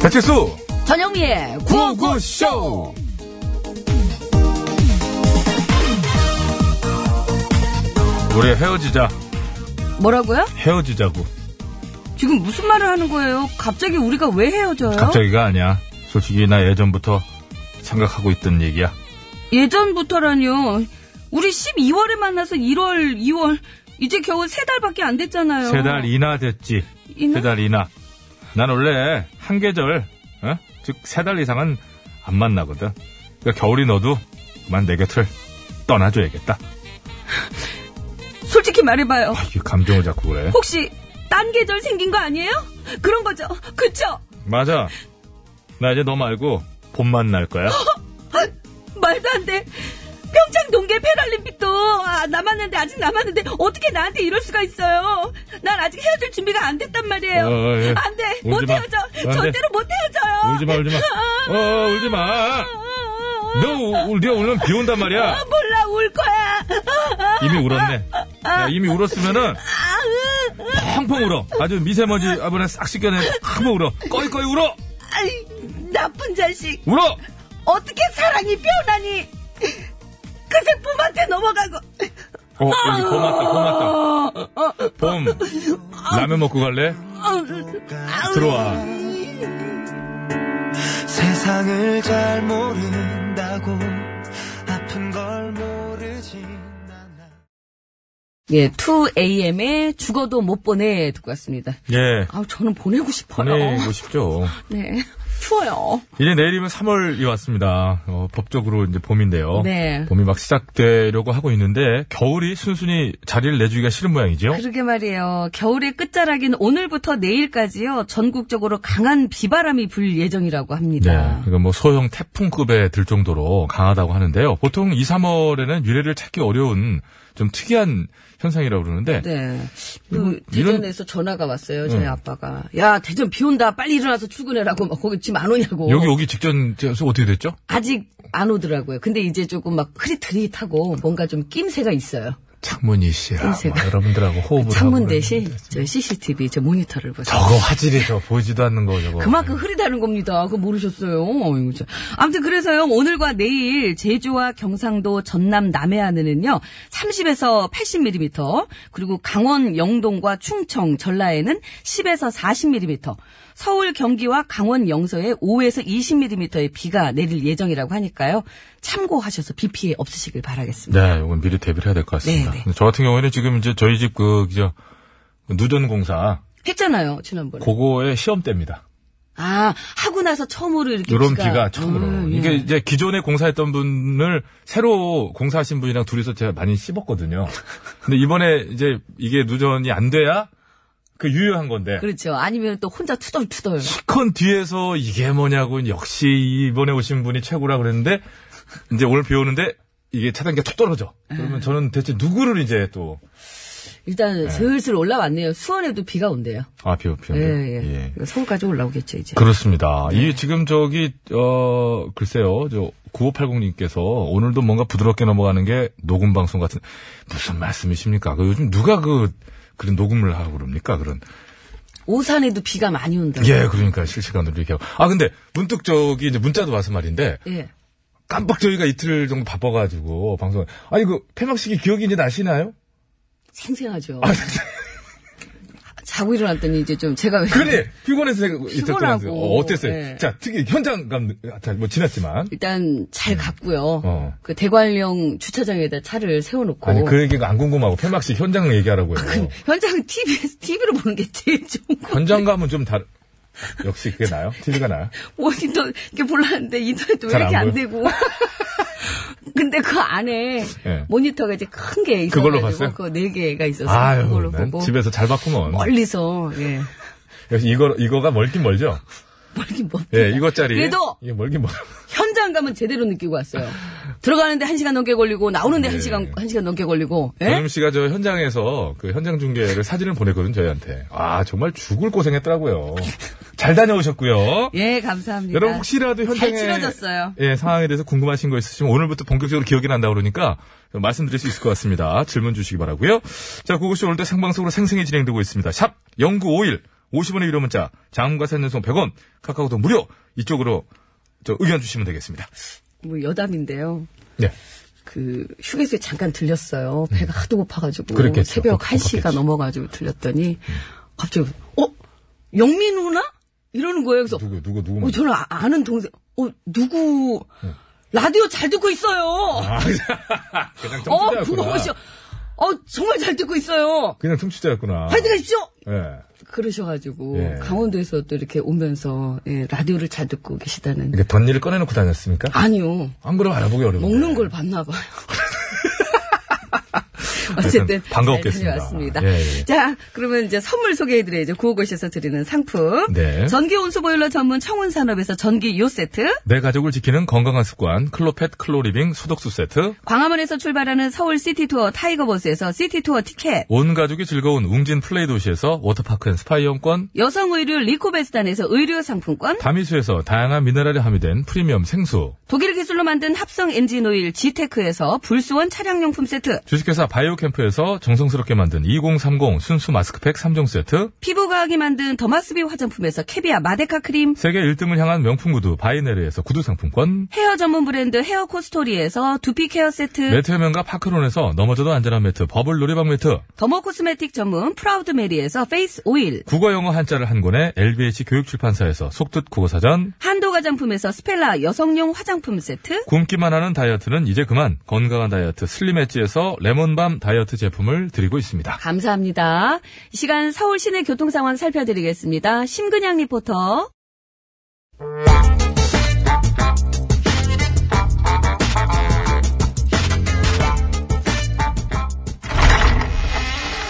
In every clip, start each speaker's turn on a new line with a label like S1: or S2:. S1: 배칠수
S2: 전영미의
S1: 구구쇼 우리 헤어지자
S2: 뭐라고요?
S1: 헤어지자고
S2: 지금 무슨 말을 하는 거예요? 갑자기 우리가 왜 헤어져요?
S1: 갑자기가 아니야 솔직히 나 예전부터 생각하고 있던 얘기야
S2: 예전부터라뇨. 우리 12월에 만나서 1월, 2월 이제 겨우 세 달밖에 안 됐잖아요.
S1: 세 달이나 됐지
S2: 이나?
S1: 세 달이나 난 원래 한 계절 어? 즉세 달 이상은 안 만나거든 그러니까 겨울이 너도 그만 내 곁을 떠나줘야겠다
S2: 솔직히 말해봐요.
S1: 아, 이게 감정을 자꾸 그래
S2: 혹시 딴 계절 생긴 거 아니에요? 그런 거죠. 그쵸?
S1: 맞아 나 이제 너 말고 봄만 날 거야
S2: 아, 말도 안 돼. 평창 동계 패럴림픽도 아, 남았는데 아직 남았는데 어떻게 나한테 이럴 수가 있어요? 난 아직 헤어질 준비가 안 됐단 말이에요.
S1: 어, 예.
S2: 안 돼.
S1: 울지
S2: 못
S1: 마.
S2: 헤어져.
S1: 안 돼.
S2: 절대로 못 헤어져요.
S1: 울지 마, 울지 마. 어, 울지 마. 너, 울, 네가 울면 비 온단 말이야.
S2: 아, 몰라 울 거야.
S1: 이미 울었네. 야, 이미 울었으면은, 펑펑 울어. 아주 미세먼지 아번에 싹 씻겨내고, 한번 울어. 꺼이꺼이 울어!
S2: 아이, 나쁜 자식.
S1: 울어!
S2: 어떻게 사랑이 변하니? 그새 뿜한테 넘어가고.
S1: 어, 여기 봄 왔다, 봄 왔다. 봄. 라면 먹고 갈래? 들어와.
S3: 세상을 잘 모른다고 아픈 걸 모르지 않아.
S2: 예, 2AM의 죽어도 못 보내 듣고 왔습니다.
S1: 예.
S2: 아, 저는 보내고 싶어요.
S1: 보내고 싶죠.
S2: 네. 추워요.
S1: 이제 내일이면 3월이 왔습니다. 어, 법적으로 이제 봄인데요.
S2: 네.
S1: 봄이 막 시작되려고 하고 있는데 겨울이 순순히 자리를 내주기가 싫은 모양이죠.
S2: 그러게 말이에요. 겨울의 끝자락인 오늘부터 내일까지요. 전국적으로 강한 비바람이 불 예정이라고 합니다.
S1: 이거 뭐 소형 태풍급에 들 정도로 강하다고 하는데요. 보통 2, 3월에는 유래를 찾기 어려운 좀 특이한 현상이라고 그러는데
S2: 네.
S1: 이거- 음.
S2: 그 대전에서 전화가 왔어요. 저희
S1: 응.
S2: 아빠가. 야, 대전 비 온다. 빨리 일어나서 출근해라고. 막 거기 지금 안 오냐고.
S1: 여기 오기 직전 에서 어떻게 됐죠?
S2: 아직 안 오더라고요. 근데 이제 조금 막 흐릿흐릿하고 뭔가 좀 낌새가 있어요.
S1: 창문이 씨라
S2: 인쇄가.
S1: 뭐 여러분들하고 호흡을
S2: 창문
S1: 하고
S2: 대신
S1: 그러는데.
S2: 저 CCTV 저 모니터를 보세요.
S1: 저거 화질이죠. 보이지도 않는 거 저거.
S2: 그만큼 흐리다는 겁니다. 그거 모르셨어요. 아이고, 참. 아무튼 그래서요. 오늘과 내일 제주와 경상도 전남 남해안에는요. 30에서 80mm 그리고 강원 영동과 충청 전라에는 10에서 40mm 서울 경기와 강원 영서에 5에서 20mm의 비가 내릴 예정이라고 하니까요. 참고하셔서 비 피해 없으시길 바라겠습니다.
S1: 네, 이건 미리 대비를 해야 될 것 같습니다.
S2: 네, 네.
S1: 저 같은 경우에는 지금 이제 저희 집그 저 누전공사
S2: 했잖아요. 지난번에.
S1: 그거의 시험 때입니다.
S2: 아, 하고 나서 처음으로 이렇게
S1: 요런 비가 처음으로.
S2: 음, 예.
S1: 이게 이제 기존에 공사했던 분을 새로 공사하신 분이랑 둘이서 제가 많이 씹었거든요. 근데 이번에 이제 이게 누전이 안 돼야 그 유효한 건데.
S2: 그렇죠. 아니면 또 혼자 투덜투덜.
S1: 컨 뒤에서 이게 뭐냐고 역시 이번에 오신 분이 최고라 그랬는데 이제 오늘 비 오는데 이게 차단기가 툭 떨어져.
S2: 예.
S1: 그러면 저는 대체 누구를 이제 또.
S2: 일단 슬슬 올라왔네요. 수원에도 비가 온대요.
S1: 아, 비 오, 비
S2: 예,
S1: 네. 오네. 예.
S2: 예. 서울까지 올라오겠죠, 이제.
S1: 그렇습니다.
S2: 네.
S1: 이 지금 저기 어 글쎄요. 저 9580님께서 오늘도 뭔가 부드럽게 넘어가는 게 녹음 방송 같은 무슨 말씀이십니까? 그 요즘 누가 그 그런 녹음을 하고 그럽니까? 그런
S2: 오산에도 비가 많이 온다.
S1: 예, 그러니까 실시간으로 이렇게 하고. 아 근데 문득 저기 이제 문자도 와서 말인데
S2: 예.
S1: 깜빡 저희가 이틀 정도 바빠가지고 방송 아니 그 폐막식이 기억이 이제 나시나요? 아,
S2: 생생하죠. 자고 일어났더니 이제 좀 제가 왜.
S1: 그래 피곤해서 제가 이틀 동안
S2: 피곤하고,
S1: 어, 어땠어요?
S2: 예.
S1: 자 특히 현장감 자, 뭐 지났지만
S2: 일단 잘 갔고요.
S1: 음. 어.
S2: 그 대관령 주차장에다 차를 세워놓고.
S1: 아니 그 얘기가 안 궁금하고 폐막식 현장 얘기하라고요.
S2: 아, 그러니까. 현장 TV에서, TV로 보는 게 제일 좋은 거.
S1: 현장감은 좀 다르. 역시 그게 나요? TV가 나요?
S2: 모니터 뭐 이렇게 볼라는데 인터넷도 왜
S1: 잘
S2: 이렇게
S1: 안
S2: 안,
S1: 보여?
S2: 되고. 근데 그 안에
S1: 예.
S2: 모니터가 이제 큰 게 있어서
S1: 그걸로 봤어요?
S2: 그네 개가 있어서
S1: 아유,
S2: 그걸로
S1: 난
S2: 보고
S1: 집에서 잘 봤구먼.
S2: 멀리서 예.
S1: 역시 이거, 이거가 멀긴 멀죠?
S2: 멀긴 멀.
S1: 예, 이거짜리.
S2: 네. 그래도!
S1: 이게 멀긴 멀.
S2: 현장 가면 제대로 느끼고 왔어요. 들어가는데 한 시간 넘게 걸리고 나오는데 한
S1: 예. 음.
S2: 시간 한 시간 넘게 걸리고. 예?
S1: 전임 씨가 저 현장에서 그 현장 중계를 사진을 보냈거든, 저희한테. 아, 정말 죽을 고생했더라고요. 잘 다녀오셨고요.
S2: 예, 감사합니다.
S1: 여러분 혹시라도 현장에
S2: 잘 치러졌어요.
S1: 예, 상황에 대해서 궁금하신 거 있으시면 오늘부터 본격적으로 기억이 난다 그러니까 말씀드릴 수 있을 것 같습니다. 질문 주시기 바라고요. 자, 그것이 오늘도 생방송으로 생생히 진행되고 있습니다. 샵 0951 50원의 유료 문자, 장문과 사진 연속 100원, 카카오톡 무료. 이쪽으로 저 의견 주시면 되겠습니다.
S2: 뭐 여담인데요.
S1: 네.
S2: 그 휴게소에 잠깐 들렸어요. 배가 하도 고파가지고
S1: 음. 그랬겠죠. 음.
S2: 새벽
S1: 고-
S2: 1시가
S1: 고팠겠지.
S2: 넘어가지고 들렸더니 갑자기 어 영민우나 이러는 거예요. 그래서
S1: 누구, 누구, 누구. 뭐.
S2: 어,
S1: 먼저?
S2: 저는 아- 아는 동생 어 누구 라디오 잘 듣고 있어요.
S1: 아, 그냥
S2: 어
S1: 청취자였구나.
S2: 고마우셔. 어 정말 잘 듣고 있어요.
S1: 그냥 청취자였구나.
S2: 화이팅 하십시오.
S1: 예.
S2: 그러셔가지고
S1: 예.
S2: 강원도에서 또 이렇게 오면서 예, 라디오를 잘 듣고 계시다는
S1: 이게 덧니를 꺼내놓고 다녔습니까?
S2: 아니요
S1: 안 그러면 알아보기 어려워.
S2: 먹는 걸 봤나 봐요. 어쨌든
S1: 어쨌든 반가웠겠습니다.
S2: 잘 다녀왔습니다.
S1: 예, 예.
S2: 자, 그러면 이제 선물 소개해드려야죠. 구호고시에서 드리는 상품.
S1: 네.
S2: 전기 온수보일러 전문 청운산업에서 전기 요 세트,
S1: 내 가족을 지키는 건강한 습관, 클로펫 클로리빙 소독수 세트,
S2: 광화문에서 출발하는 서울 시티투어 타이거버스에서 시티투어 티켓,
S1: 온 가족이 즐거운 웅진 플레이 도시에서 워터파크 앤 스파 이용권,
S2: 여성 의류 리코베스탄에서 의류 상품권,
S1: 다미수에서 다양한 미네랄이 함유된 프리미엄 생수,
S2: 독일 기술로 만든 합성 엔진 오일 지테크에서 불수원 차량용품 세트,
S1: 주식회사 바이오캠프에서 정성스럽게 만든 2030 순수 마스크팩 3종 세트,
S2: 피부과학이 만든 더마스비 화장품에서 캐비아 마데카 크림,
S1: 세계 1등을 향한 명품 구두 바이네르에서 구두 상품권,
S2: 헤어 전문 브랜드 헤어 코스토리에서 두피 케어 세트,
S1: 매트 해면과 파크론에서 넘어져도 안전한 매트 버블 놀이방 매트,
S2: 더모 코스메틱 전문 프라우드 메리에서 페이스 오일,
S1: 국어 영어 한자를 한 권에 LBH 교육출판사에서 속뜻 국어사전,
S2: 한도 화장품에서 스펠라 여성용 화장품 세트,
S1: 굶기만 하는 다이어트는 이제 그만 건강한 다이어트 슬림 엣지에서 레몬밤 다이어트 제품을 드리고 있습니다.
S2: 감사합니다. 이 시간 서울 시내 교통 상황 살펴드리겠습니다. 심근양 리포터.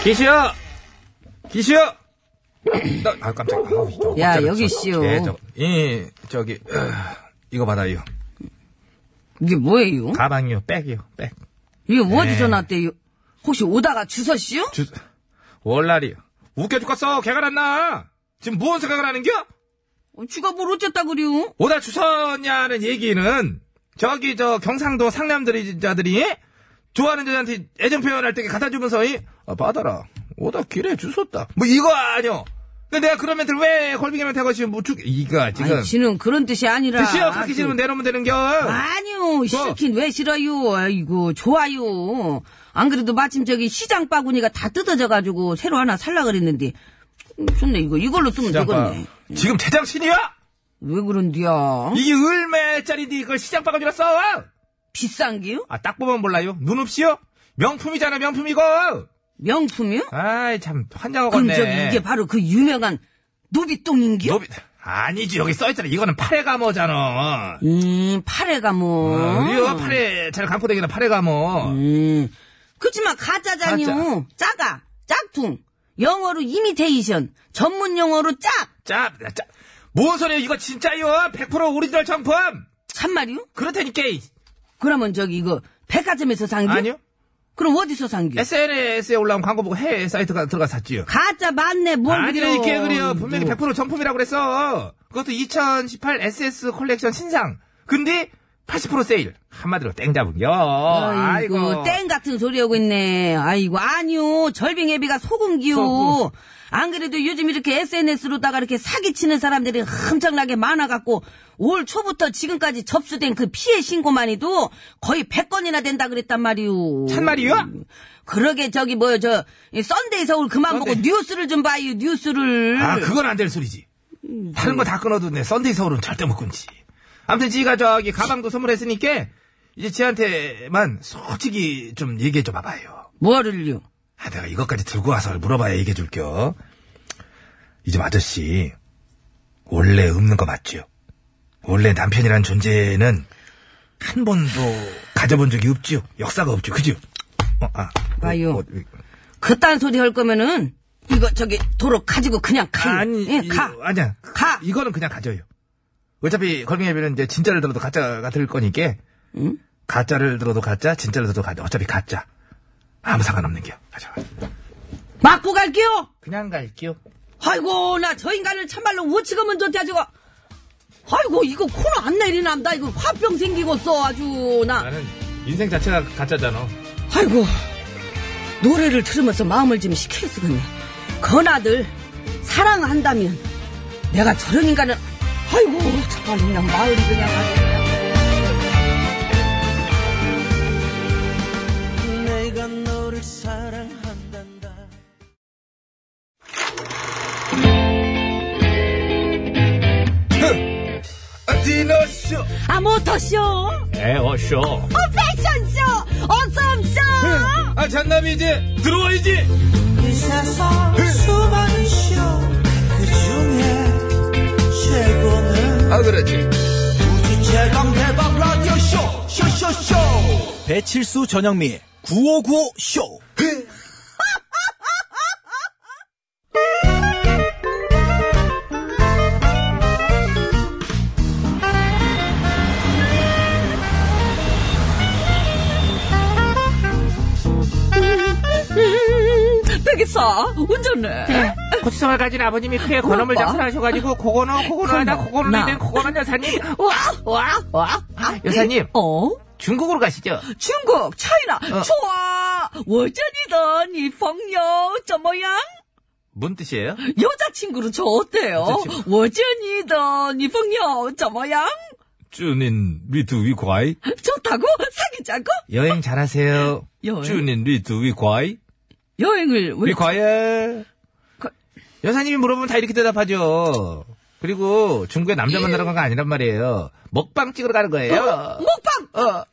S1: 기시야! 기시야! 나, 아, 깜짝이야. 아우, 이거
S2: 야,
S1: 깜짝이야.
S2: 여기
S1: 저-
S2: 씨요.
S1: 예, 저- 이, 저기, 아, 이거 받아요.
S2: 이게 뭐예요?
S1: 가방이요, 백이요, 백.
S2: 이게 어디서
S1: 네.
S2: 났대요? 혹시 오다가 주웠시요?
S1: 주, 월날이요. 웃겨 죽겠어, 개가 났나? 지금 무슨 생각을 하는겨?
S2: 주가 뭘 어쨌다 그래요?
S1: 오다 주선냐는 얘기는, 저기, 저, 경상도 상남자들이, 좋아하는 여자한테 애정 표현할 때 갖다 주면서, 이, 아, 받아라. 오다 길에 주웠다. 뭐, 이거 아니요. 근데 내가 그런 멘트를 왜 걸빙이 멘트 하고 지금 뭐 죽, 이거, 지금.
S2: 아니, 지는 그런 뜻이 아니라.
S1: 드시오 그렇게
S2: 아주-
S1: 싫으면 내놓으면 되는겨
S2: 아니요,
S1: 좋아.
S2: 싫긴 왜 싫어요? 아이고, 좋아요. 안 그래도 마침 저기 시장 바구니가 다 뜯어져가지고 새로 하나 살라 그랬는데. 음, 좋네, 이거. 이걸로 쓰면
S1: 시장빵.
S2: 되겠네.
S1: 지금 제정신이야
S2: 왜 그런디야?
S1: 이게 을매짜리인데 이걸 시장 바가지로 써
S2: 비싼 게요?
S1: 아, 딱 보면 몰라요 눈 없이요 명품이잖아 명품이고
S2: 명품이요?
S1: 아이 참
S2: 그럼 저기
S1: 환장하겠네
S2: 이게 바로 그 유명한 노비똥인기요?
S1: 노비- 아니지 여기 써있잖아 이거는 파래 감어잖아
S2: 음, 파래가 뭐.
S1: 이거 파래 잘 감고 다기는 파래 감어
S2: 음. 그치만 가짜잖요.
S1: 가짜.
S2: 짜가, 짝퉁. 영어로 이미테이션. 전문 용어로 짝.
S1: 짭, 짭. 뭔 소리야 이거 진짜요 100% 오리지널 정품
S2: 참말이요?
S1: 그렇다니까
S2: 그러면 저기 이거 백화점에서 산 게?
S1: 아니요
S2: 그럼 어디서 산 게?
S1: SNS에 올라온 광고 보고 해외 사이트가 들어가 샀지요
S2: 가짜 맞네, 뭔
S1: 아니
S2: 그래요.
S1: 이렇게 그래요 분명히
S2: 뭐.
S1: 100% 정품이라고 그랬어 그것도 2018 SS 컬렉션 신상 근데 80% 세일 한마디로 땡 잡은겨
S2: 아이고,
S1: 어, 아이고
S2: 땡 같은 소리 하고 있네. 아이고, 아니요. 절빙애비가 소금기요.
S1: 소금.
S2: 안 그래도 요즘 이렇게 SNS로다가 이렇게 사기치는 사람들이 엄청나게 많아갖고 올 초부터 지금까지 접수된 그 피해 신고만해도 거의 100건이나 된다 그랬단 말이오.
S1: 참말이요? 아,
S2: 그러게 저기 뭐요 저 이 썬데이 서울 그만 보고
S1: 썬데이.
S2: 뉴스를 좀 봐요 뉴스를.
S1: 아 그건 안 될 소리지
S2: 음.
S1: 다른 거 다 끊어도 내 썬데이 서울은 절대 못 끊지 아무튼 지가 저기 가방도 선물했으니까 이제 지한테만 솔직히 좀 얘기해 줘 봐봐요
S2: 뭐를요?
S1: 아, 내가 이것까지 들고 와서 물어봐야 얘기해 줄게요 이 좀 아저씨 원래 없는 거 맞죠? 원래 남편이란 존재는 한 번도 가져본 적이 없죠. 역사가 없죠. 그죠? 어, 아.
S2: 봐요.
S1: 어, 어, 왜-
S2: 그딴 소리 할 거면은 이거 저기 도로 가지고 그냥 가요.
S1: 아니,
S2: 예,
S1: 이-
S2: 가.
S1: 아니야.
S2: 가.
S1: 이거는 그냥 가져요. 어차피 걸빙예비는 이제 진짜를 들어도 가짜가 들 거니까. 가짜를 들어도 가짜, 진짜를 들어도 가짜. 어차피 가짜. 아무 상관없는 게요. 가져가.
S2: 맞고 갈게요.
S1: 그냥 갈게요.
S2: 아이고 나 저 인간을 참말로 우치고면 좋대 저거. 아이고 이거 코로 안 내리난다 이거 화병 생기겠어 아주 나.
S1: 나는 인생 자체가 가짜잖아.
S2: 아이고 노래를 들으면서 마음을 좀 식힐 수겠네. 건아들 사랑한다면 내가 저런 인간을 아이고 정말 그냥 마을이 그냥 아주 그냥.
S3: 내가 너를 사랑한단다
S1: 디너쇼!
S2: 아 모터쇼 어
S1: 에어쇼!
S2: 패션쇼 어썸쇼
S1: 아, 잔남이 이제 들어와야지!
S3: 이 세상 수많은 쇼그 중에 최고는
S1: 아, 그렇지.
S3: 우주 최강 대박 라디오 쇼 쇼쇼쇼 배칠수 전영미 9595 쇼.
S2: 음, 되겠어 운전해
S4: 고추성을 가진 아버님이 크게 건어물
S2: 오빠.
S4: 장사하셔가지고 고건어 고건어 하다
S2: 고건어,
S4: 고건어
S2: 나.
S4: 있는 고건어 여사님 와와와 아, 여사님
S2: 어
S4: 중국으로 가시죠
S2: 중국 차이나
S4: 어.
S2: 좋아 워전이던 이 폭녀 저 모양
S4: 뭔 뜻이에요?
S2: 여자친구로 저 어때요
S4: 여자친구.
S2: 워전이던 이 폭녀 저 모양
S1: 쭈닌 리두 위과이.
S2: 좋다고 사귀자고
S4: 여행 잘하세요
S2: 여행
S1: 쭈닌 리두 위과이.
S2: 여행을 왜
S4: 뭐 위과예
S2: 그-
S4: 여사님이 물어보면 다 이렇게 대답하죠 그리고 중국에 남자 만나러 간 거 아니란 말이에요 먹방 찍으러 가는 거예요
S2: 먹방
S4: 어.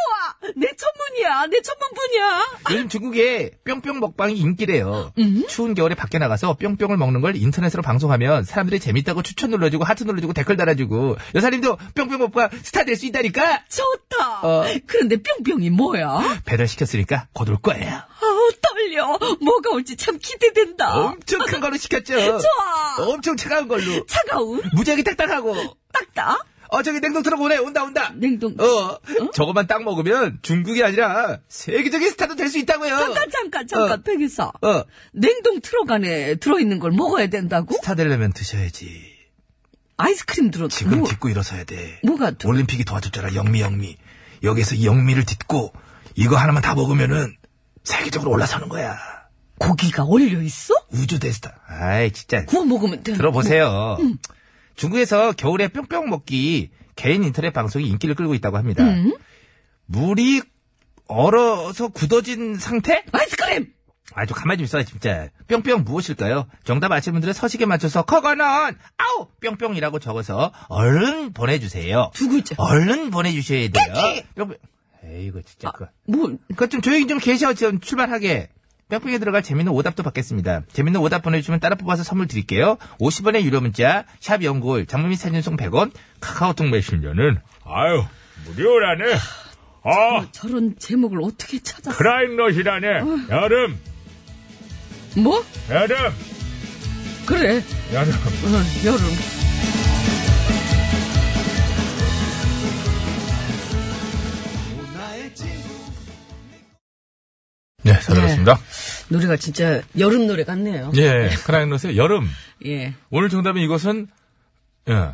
S2: 좋아 내 전문이야 내 전문 분야
S4: 요즘 중국에 뿅뿅 먹방이 인기래요. 추운 겨울에 밖에 나가서 뿅뿅을 먹는 걸 인터넷으로 방송하면 사람들이 재밌다고 추천 눌러주고 하트 눌러주고 댓글 달아주고 여사님도 뿅뿅 먹방 스타 될 수 있다니까
S2: 좋다
S4: 어.
S2: 그런데 뿅뿅이 뭐야
S4: 배달 시켰으니까 곧 올 거예요.
S2: 아우 떨려 뭐가 올지 참
S4: 어.
S2: 기대된다
S4: 엄청 큰 걸로 시켰죠.
S2: 좋아
S4: 엄청 차가운 걸로.
S2: 차가운
S4: 무지하게 딱딱하고.
S2: 딱딱
S4: 어 저기 냉동 트럭 오네 온다 온다.
S2: 냉동
S4: 어, 저것만 딱 먹으면 중국이 아니라 세계적인 스타도 될 수 있다고요.
S2: 잠깐 잠깐 잠깐
S4: 어.
S2: 백이사
S4: 어
S2: 냉동 트럭 안에 들어있는 걸 먹어야 된다고?
S4: 스타 되려면 드셔야지.
S2: 아이스크림 들어
S4: 지금
S2: 뭐,
S4: 딛고 일어서야 돼.
S2: 뭐가 또-
S4: 올림픽이 도와줬잖아. 영미 영미. 여기서 이 영미를 딛고 이거 하나만 다 먹으면은 세계적으로 올라서는 거야.
S2: 고기가 올려 있어?
S4: 우주 대스타. 아이 진짜.
S2: 구워 먹으면 돼.
S4: 들어보세요. 중국에서 겨울에 뿅뿅 먹기 개인 인터넷 방송이 인기를 끌고 있다고 합니다.
S2: 음.
S4: 물이 얼어서 굳어진 상태?
S2: 아이스크림.
S4: 아주 가만히 좀 있어 진짜 뿅뿅 무엇일까요? 정답 아시는 분들은 서식에 맞춰서 커거는 아우 뿅뿅이라고 적어서 얼른 보내주세요.
S2: 두 글자.
S4: 얼른 보내주셔야 돼요. 뿅뿅. 에이구 진짜
S2: 아,
S4: 그거.
S2: 뭘?
S4: 그거 좀 조용히 좀 계셔 지금 출발하게. 뿅뿅에 들어갈 재밌는 오답도 받겠습니다. 재밌는 오답 보내주시면 따라 뽑아서 선물 드릴게요. 50원의 유료 문자 샵 연골 장문민 사진송 100원 카카오톡 메신저는
S1: 아유, 무료라네. 아,
S2: 저런 제목을 어떻게 찾았어?
S1: 크라잉넛이라네.
S2: 어.
S1: 여름,
S2: 뭐?
S1: 여름,
S2: 그래.
S1: 여름.
S2: 어, 여름.
S1: 네, 잘 들었습니다.
S2: 노래가 진짜 여름 노래 같네요.
S1: 예, 크라잉넛의 여름.
S2: 예.
S1: 오늘 정답은 이것은, 예.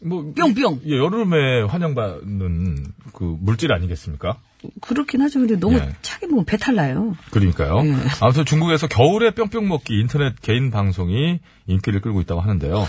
S1: 뭐,
S2: 뿅뿅.
S1: 예, 여름에 환영받는 그 물질 아니겠습니까?
S2: 그렇긴 하죠. 근데 너무
S1: 예.
S2: 차게 먹으면 배탈 나요.
S1: 그러니까요. 아무튼 중국에서 겨울에 뿅뿅 먹기 인터넷 개인 방송이 인기를 끌고 있다고 하는데요.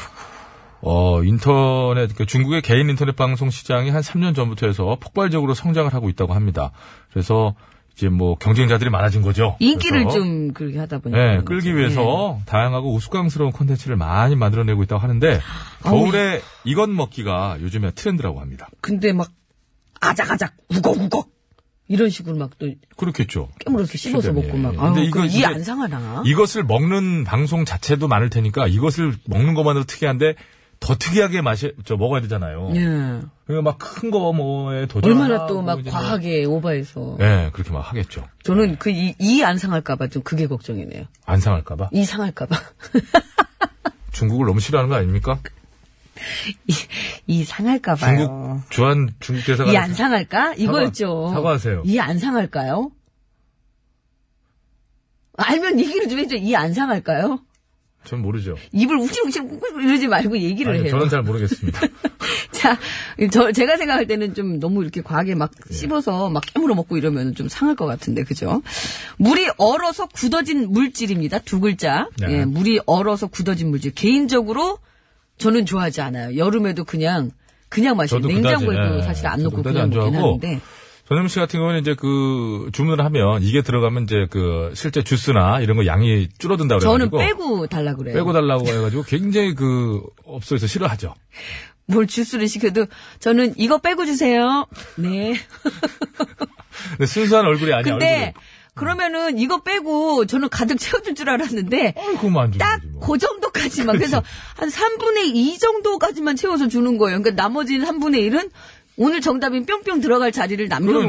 S1: 어, 인터넷, 그 중국의 개인 인터넷 방송 시장이 한 3년 전부터 해서 폭발적으로 성장을 하고 있다고 합니다. 그래서 이제 뭐 경쟁자들이 많아진 거죠.
S2: 인기를
S1: 그래서,
S2: 좀 그렇게 하다 보니까.
S1: 예,
S2: 그런
S1: 끌기
S2: 거죠.
S1: 위해서 다양하고 우스꽝스러운 콘텐츠를 많이 만들어내고 있다고 하는데
S2: 아,
S1: 겨울에 이건 먹기가 요즘에 트렌드라고 합니다.
S2: 예. 근데 막 아작아작 우걱우걱 이런 식으로 막 또
S1: 그렇겠죠.
S2: 깨물어서 씹어서
S1: 실제로,
S2: 먹고
S1: 예,
S2: 막.
S1: 예.
S2: 아유,
S1: 근데 이거-
S2: 그럼
S1: 이게-
S2: 이안 상하나?
S1: 이것을 먹는 방송 자체도 많을 테니까 이것을 먹는 것만으로 특이한데 더 특이하게 마셔 저 먹어야 되잖아요.
S2: 예.
S1: 그러니까 막 큰 거 뭐에 예, 도전.
S2: 얼마나 또 막 과하게 오바해서.
S1: 예, 네, 그렇게 막 하겠죠.
S2: 저는 그 이 안 상할까봐 좀 그게 걱정이네요.
S1: 안 상할까봐.
S2: 이 상할까봐.
S1: 중국을 너무 싫어하는 거 아닙니까?
S2: 이 상할까봐요.
S1: 중국 주한 중국 대사가
S2: 이 안 상할까? 이거였죠.
S1: 사과하세요.
S2: 이 안 상할까요? 알면 얘기를 좀 해줘. 이 안 상할까요?
S1: 전 모르죠.
S2: 입을 우질우질 우질 이러지 말고 얘기를
S1: 아니,
S2: 해요.
S1: 저는 잘 모르겠습니다.
S2: 자, 저, 제가 생각할 때는 좀 너무 이렇게 과하게 막
S1: 예.
S2: 씹어서 막 깨물어 먹고 이러면 좀 상할 것 같은데, 그죠? 물이 얼어서 굳어진 물질입니다. 두 글자.
S1: 네.
S2: 예, 물이 얼어서 굳어진 물질. 개인적으로 저는 좋아하지 않아요. 여름에도 그냥, 그냥 마시고
S1: 저도
S2: 냉장고에
S1: 그다지,
S2: 도
S1: 예.
S2: 사실 안
S1: 저도
S2: 넣고
S1: 그다지
S2: 그냥
S1: 안
S2: 먹긴
S1: 좋아하고.
S2: 하는데.
S1: 전현무 씨 같은 경우는 이제 그 주문을 하면 이게 들어가면 이제 그 실제 주스나 이런 거 양이 줄어든다
S2: 저는
S1: 그래가지고
S2: 빼고 달라 그래요.
S1: 빼고 달라고 해가지고 굉장히 그 업소에서 싫어하죠.
S2: 뭘 주스를 시켜도 저는 이거 빼고 주세요. 네.
S1: 근데 순수한 얼굴이 아니야.
S2: 근데 그러면은 이거 빼고 저는 가득 채워줄 줄 알았는데
S1: 얼굴이. 그거만 안 주면 되지 뭐.
S2: 딱그 정도까지만. 그래서 한 3분의 2 정도까지만 채워서 주는 거예요. 그러니까 나머지 3분의 1은 오늘 정답인 뿅뿅 들어갈 자리를 남겨놓고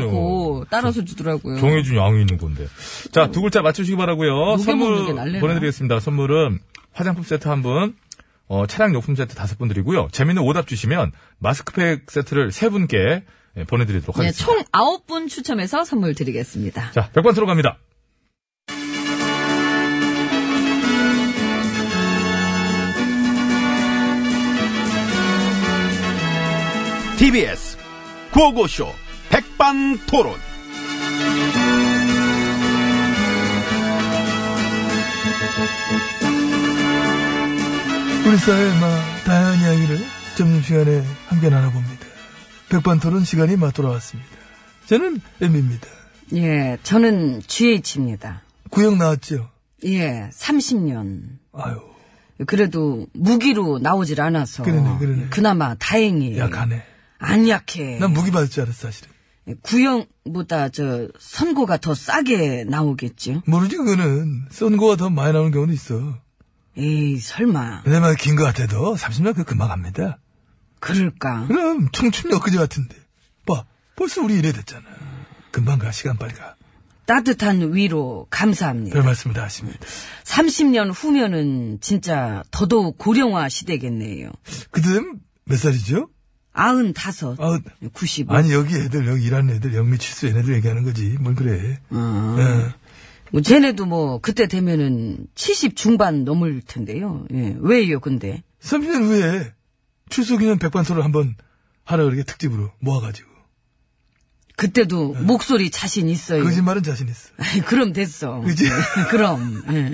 S1: 그럼요.
S2: 따라서 주더라고요.
S1: 정해준 양이 있는 건데. 자, 두 글자 맞추시기 바라고요
S2: 녹여 먹는 게
S1: 선물
S2: 날래나?
S1: 보내드리겠습니다. 선물은 화장품 세트 한 분, 어, 차량 용품 세트 다섯 분 드리고요. 재밌는 오답 주시면 마스크팩 세트를 세 분께 예, 보내드리도록
S2: 네,
S1: 하겠습니다.
S2: 총 9분 추첨해서 선물 드리겠습니다.
S1: 자, 100번 들어갑니다.
S5: TBS 구호고쇼 백반토론.
S6: 우리 사회의 마, 다양한 이야기를 점심시간에 함께 나눠봅니다. 백반토론 시간이 막 돌아왔습니다. 저는 엠비입니다.
S2: 예, 저는 GH입니다.
S6: 구형 나왔죠?
S2: 예, 30년.
S6: 아유,
S2: 그래도 무기로 나오질 않아서
S6: 그러네, 그러네.
S2: 나마 다행이에요.
S6: 약하네.
S2: 안 약해. 예,
S6: 난 무기 받을 줄 알았어, 사실은.
S2: 구형보다 저 선고가 더 싸게 나오겠죠.
S6: 모르지, 그거는. 쏜 거가 더 많이 나오는 경우도 있어.
S2: 에이, 설마
S6: 왜냐면 긴 거 같아도 30년 그 금방 갑니다.
S2: 그럴까?
S6: 그럼 청춘이 엊그제 같은데. 봐, 벌써 우리 이래 됐잖아. 금방 가, 시간 빨리 가.
S2: 따뜻한 위로 감사합니다.
S6: 별 말씀을 다 하십니다.
S2: 30년 후면은 진짜 더더욱 고령화 시대겠네요.
S6: 그다음 몇 살이죠?
S2: 95,
S6: 아,
S2: 95.
S6: 아니 여기 애들 여기 일하는 애들 영미 칠수 애들 얘기하는 거지 뭔 그래
S2: 어.
S6: 예.
S2: 뭐 쟤네도 뭐 그때 되면은 70 중반 넘을 텐데요. 예. 왜요, 근데?
S6: 30년 후에 출소기념 백반토를 한번 하라 그러게 특집으로 모아가지고
S2: 그때도
S6: 네.
S2: 목소리 자신 있어요.
S6: 거짓말은 자신 있어
S2: 그럼 됐어.
S6: 그지
S2: 그럼. 예.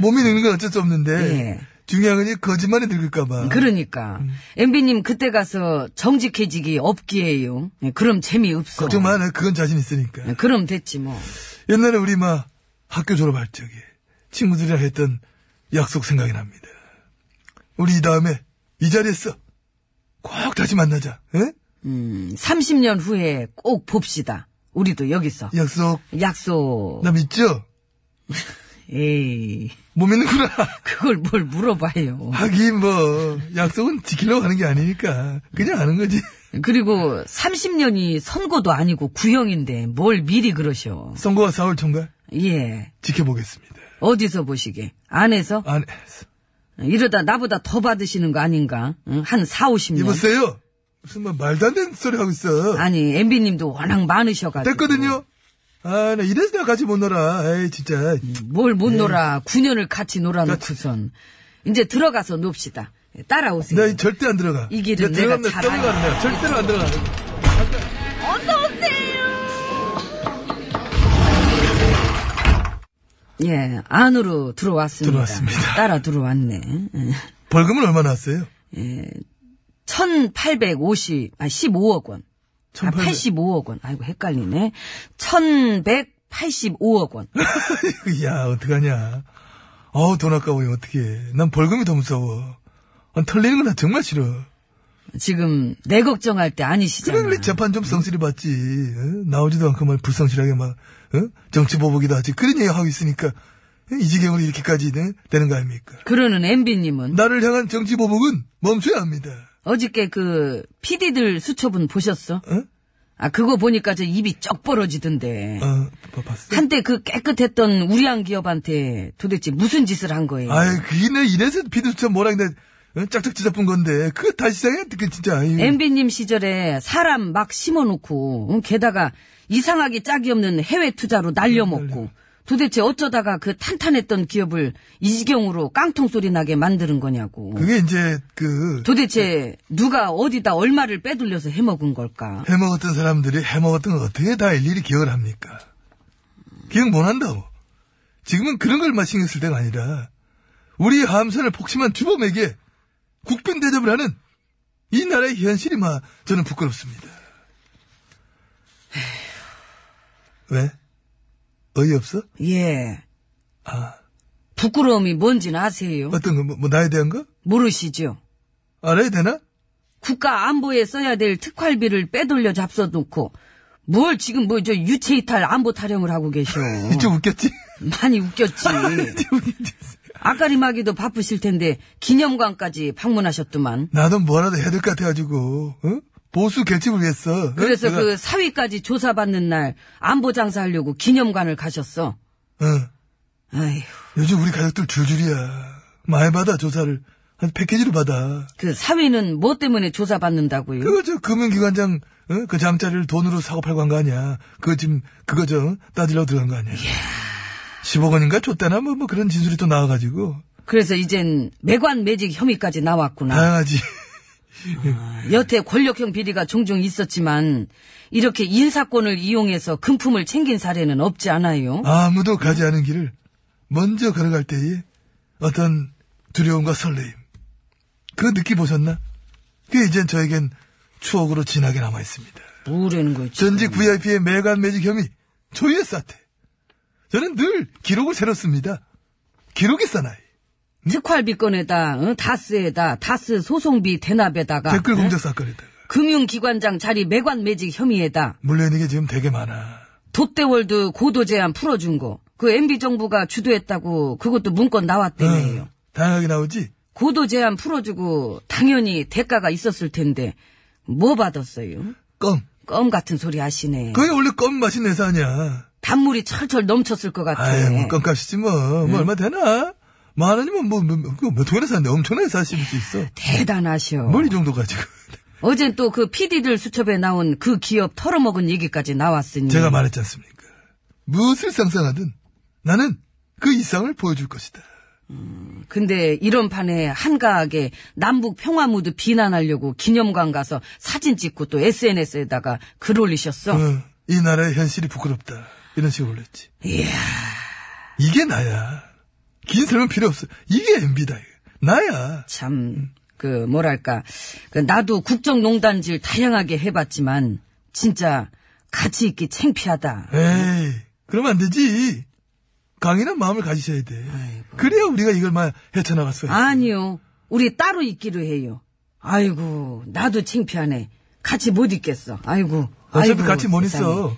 S6: 몸이 늙는 건 어쩔 수 없는데
S2: 예.
S6: 중요한 건 이제 거짓말이 늙을까봐
S2: 그러니까
S6: 음.
S2: 엠비님 그때 가서 정직해지기 없기에요. 예, 그럼 재미 없어.
S6: 걱정 마, 나 그건 자신 있으니까
S2: 예, 그럼 됐지 뭐.
S6: 옛날에 우리 막 학교 졸업할 적에 친구들이랑 했던 약속 생각이 납니다 우리 이 다음에 이 자리에서 꼭 다시 만나자 예?
S2: 음, 30년 후에 꼭 봅시다. 우리도 여기서
S6: 약속
S2: 약속.
S6: 나 믿죠?
S2: 에이,
S6: 못 믿는구나
S2: 그걸 뭘 물어봐요.
S6: 하긴 뭐 약속은 지키려고 하는 게 아니니까 그냥 하는 거지
S2: 그리고 30년이 선고도 아니고 구형인데 뭘 미리 그러셔.
S6: 선거가 4월 총괄
S2: 예,
S6: 지켜보겠습니다
S2: 어디서 보시게? 안에서
S6: 안
S2: 이러다 나보다 더 받으시는 거 아닌가? 응? 한 4, 50년.
S6: 여보세요 무슨 뭐 말도 안 되는 소리 하고 있어
S2: 아니 엠비님도 워낙 많으셔가지고.
S6: 됐거든요 아 나 이래서 내가 같이 못 놀아 에이 진짜
S2: 뭘
S6: 네.
S2: 못 놀아. 9년을 같이 놀아놓고선. 이제 들어가서 놉시다. 따라오세요.
S6: 나 절대 안 들어가
S2: 이 길은 내가
S6: 들어가면
S2: 잘
S6: 썰리가 안
S2: 알아.
S6: 나요. 절대로 안 들어가
S2: 예, 안으로 들어왔습니다.
S6: 들어왔습니다.
S2: 따라 들어왔네.
S6: 벌금은 얼마나 왔어요?
S2: 1850, 아, 15억 원. 아,
S6: 1800.
S2: 85억 원. 아이고, 헷갈리네. 1185억 원.
S6: 야 어떡하냐 어우 돈 아까워요 어떡해 난 벌금이 더 무서워 난 털리는 건 나 정말 싫어
S2: 지금 내 걱정할 때 아니시잖아.
S6: 그래, 그래, 재판 좀 성실히 받지. 어? 나오지도 않고 말 불성실하게 막, 어? 정치 보복이다 하지. 그런 얘기 하고 있으니까, 어? 이 지경으로 이렇게까지 네? 되는 거 아닙니까?
S2: 그러는 MB님은
S6: 나를 향한 정치 보복은 멈춰야 합니다.
S2: 어저께 그 PD들 수첩은 보셨어?
S6: 어?
S2: 아, 그거 보니까 저 입이 쩍 벌어지던데.
S6: 어, 봐- 봤어?
S2: 한때 그 깨끗했던 우리한 기업한테 도대체 무슨 짓을 한 거예요?
S6: 아이, 그이네 이래서 비둘처럼 뭐라 근데 어? 짝짝 지잡은 건데, 그거 다시 생각해, 그 진짜. 아유.
S2: MB님 시절에 사람
S6: 음,
S2: 막 심어놓고, 응, 게다가 이상하게 짝이 없는 해외 투자로 날려먹고, 도대체 어쩌다가 그 탄탄했던 기업을 이 지경으로 깡통 소리 나게 만드는 거냐고.
S6: 그게 이제 그
S2: 도대체 누가 어디다 얼마를 빼돌려서 해먹은 걸까?
S6: 해먹었던 사람들이 해먹었던 걸 어떻게 다 일일이 기억을 합니까? 기억 못 한다고. 지금은 그런 걸만 신경 쓸 때가 아니라 우리 함선을 폭침한 주범에게 국빈 대접을 하는 이 나라의 현실이 막 저는 부끄럽습니다. 왜? 어이없어?
S2: 예.
S6: 아.
S2: 부끄러움이 뭔진 아세요?
S6: 어떤 거, 뭐, 뭐 나에 대한 거?
S2: 모르시죠?
S6: 알아야 되나?
S2: 국가 안보에 써야 될 특활비를 빼돌려 잡숴놓고 뭘 지금 뭐 저 유체이탈 안보 타령을 하고 계셔.
S6: 이쪽 웃겼지?
S2: 많이 웃겼지. 아까리마기도 바쁘실 텐데 기념관까지 방문하셨더만.
S6: 나도 뭐라도 해야 될 것 같아가지고, 어? 보수 결집을 위해서. 어?
S2: 그래서
S6: 내가,
S2: 그 사위까지 조사받는 날 안보 장사하려고 기념관을 가셨어.
S6: 어,
S2: 아휴,
S6: 요즘 우리 가족들 줄줄이야. 많이 받아, 조사를. 한 패키지로 받아.
S2: 그 사위는 뭐 때문에 조사받는다고요?
S6: 그거 저 금융기관장, 어? 그 잠자리를 돈으로 사고 팔고 한 거 아니야. 그거 지금, 그거 저, 어? 따지려고 들어간 거 아니야. 15원인가 줬다나 뭐, 뭐 그런 진술이 또 나와가지고.
S2: 그래서 이젠 매관 매직 혐의까지 나왔구나.
S6: 다양하지.
S2: 여태 권력형 비리가 종종 있었지만 이렇게 인사권을 이용해서 금품을 챙긴 사례는 없지 않아요.
S6: 아무도 가지 않은 길을 먼저 걸어갈 때의 어떤 두려움과 설레임. 그거 느끼보셨나? 그게 이젠 저에겐 추억으로 진하게 남아있습니다.
S2: 뭐라는 거지?
S6: 전직 VIP의 매간 매직 혐의, 초유의 사태. 저는 늘 기록을 새롭습니다 기록이 사나이.
S2: 특활비 건에다, 어? 다스에다, 다스 소송비 대납에다가,
S6: 댓글 공작 사건에다가.
S2: 금융기관장 자리 매관 매직 혐의에다,
S6: 물론 이게 지금 되게 많아.
S2: 돗대월드 고도 제한 풀어준 거, 그 MB 정부가 주도했다고 그것도 문건 나왔대네요.
S6: 응, 다양하게 나오지?
S2: 고도 제한 풀어주고 당연히 대가가 있었을 텐데 뭐 받았어요?
S6: 껌.
S2: 껌 같은 소리 하시네.
S6: 그게 원래 껌 맛인 회사 아니야.
S2: 단물이 철철 넘쳤을 것 같아.
S6: 아유, 뭐 껌값이지 뭐. 뭐 얼마 되나? 만 원이면 뭐, 뭐, 뭐, 그거 몇 원에 샀는데 엄청나게 사실 수 있어.
S2: 대단하셔.
S6: 뭘 이 정도 가지고.
S2: 어젠 또 그 PD들 수첩에 나온 그 기업 털어먹은 얘기까지 나왔으니.
S6: 제가 말했지 않습니까? 무엇을 상상하든 나는 그 이상을 보여줄 것이다.
S2: 근데 이런 판에 한가하게 남북 평화 무드 비난하려고 기념관 가서 사진 찍고 또 SNS에다가 글 올리셨어.
S6: 어, 이 나라의 현실이 부끄럽다. 이런 식으로 올렸지.
S2: 이야.
S6: 이게 나야. 긴 설명 필요 없어. 이게 MB다. 나야.
S2: 참, 그, 뭐랄까. 그 나도 국정농단질 다양하게 해봤지만, 진짜 가치 있기
S6: 음.
S2: 창피하다.
S6: 에이, 그러면 안 되지. 강인한 마음을 가지셔야 돼. 그래야 우리가 이걸 막 헤쳐나갈 수가 있어.
S2: 아니요. 우리 따로 있기로 해요. 아이고, 나도 창피하네. 같이 못 있겠어. 아이고.
S6: 어차피
S2: 아이고,
S6: 같이 못
S2: 세상에.
S6: 있어.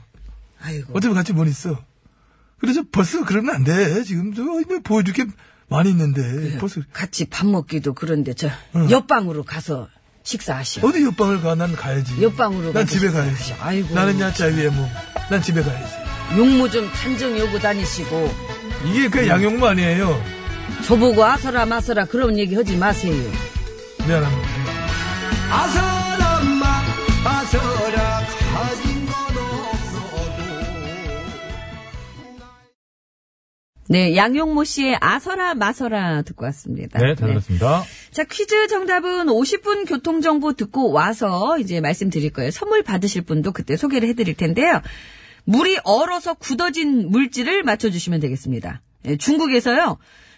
S2: 아이고.
S6: 어차피 같이 못 있어. 그래서 벌써 그러면 안 돼. 지금 저 이거 보여줄 게 많이 있는데. 벌써.
S2: 같이 밥 먹기도 그런데 저
S6: 음.
S2: 옆방으로 가서 식사하시오.
S6: 어디 옆방을 가? 난 가야지.
S2: 옆방으로
S6: 난
S2: 가서
S6: 집에 가야지.
S2: 식사하시오. 아이고.
S6: 나는 야자 위에 뭐. 난 집에 가야지.
S2: 용모 좀 탄정 요구 다니시고
S6: 이게 그 양용무 아니에요.
S2: 저보고 아서라 마서라 그런 얘기 하지 마세요.
S6: 미안합니다.
S2: 네, 양용모 씨의 아서라 마서라 듣고 왔습니다.
S1: 네, 잘 들었습니다.
S2: 자, 퀴즈 정답은 50분 교통정보 듣고 와서 이제 말씀드릴 거예요. 선물 받으실 분도 그때 소개를 해드릴 텐데요. 물이 얼어서 굳어진 물질을 맞춰주시면 되겠습니다. 예, 중국에서요,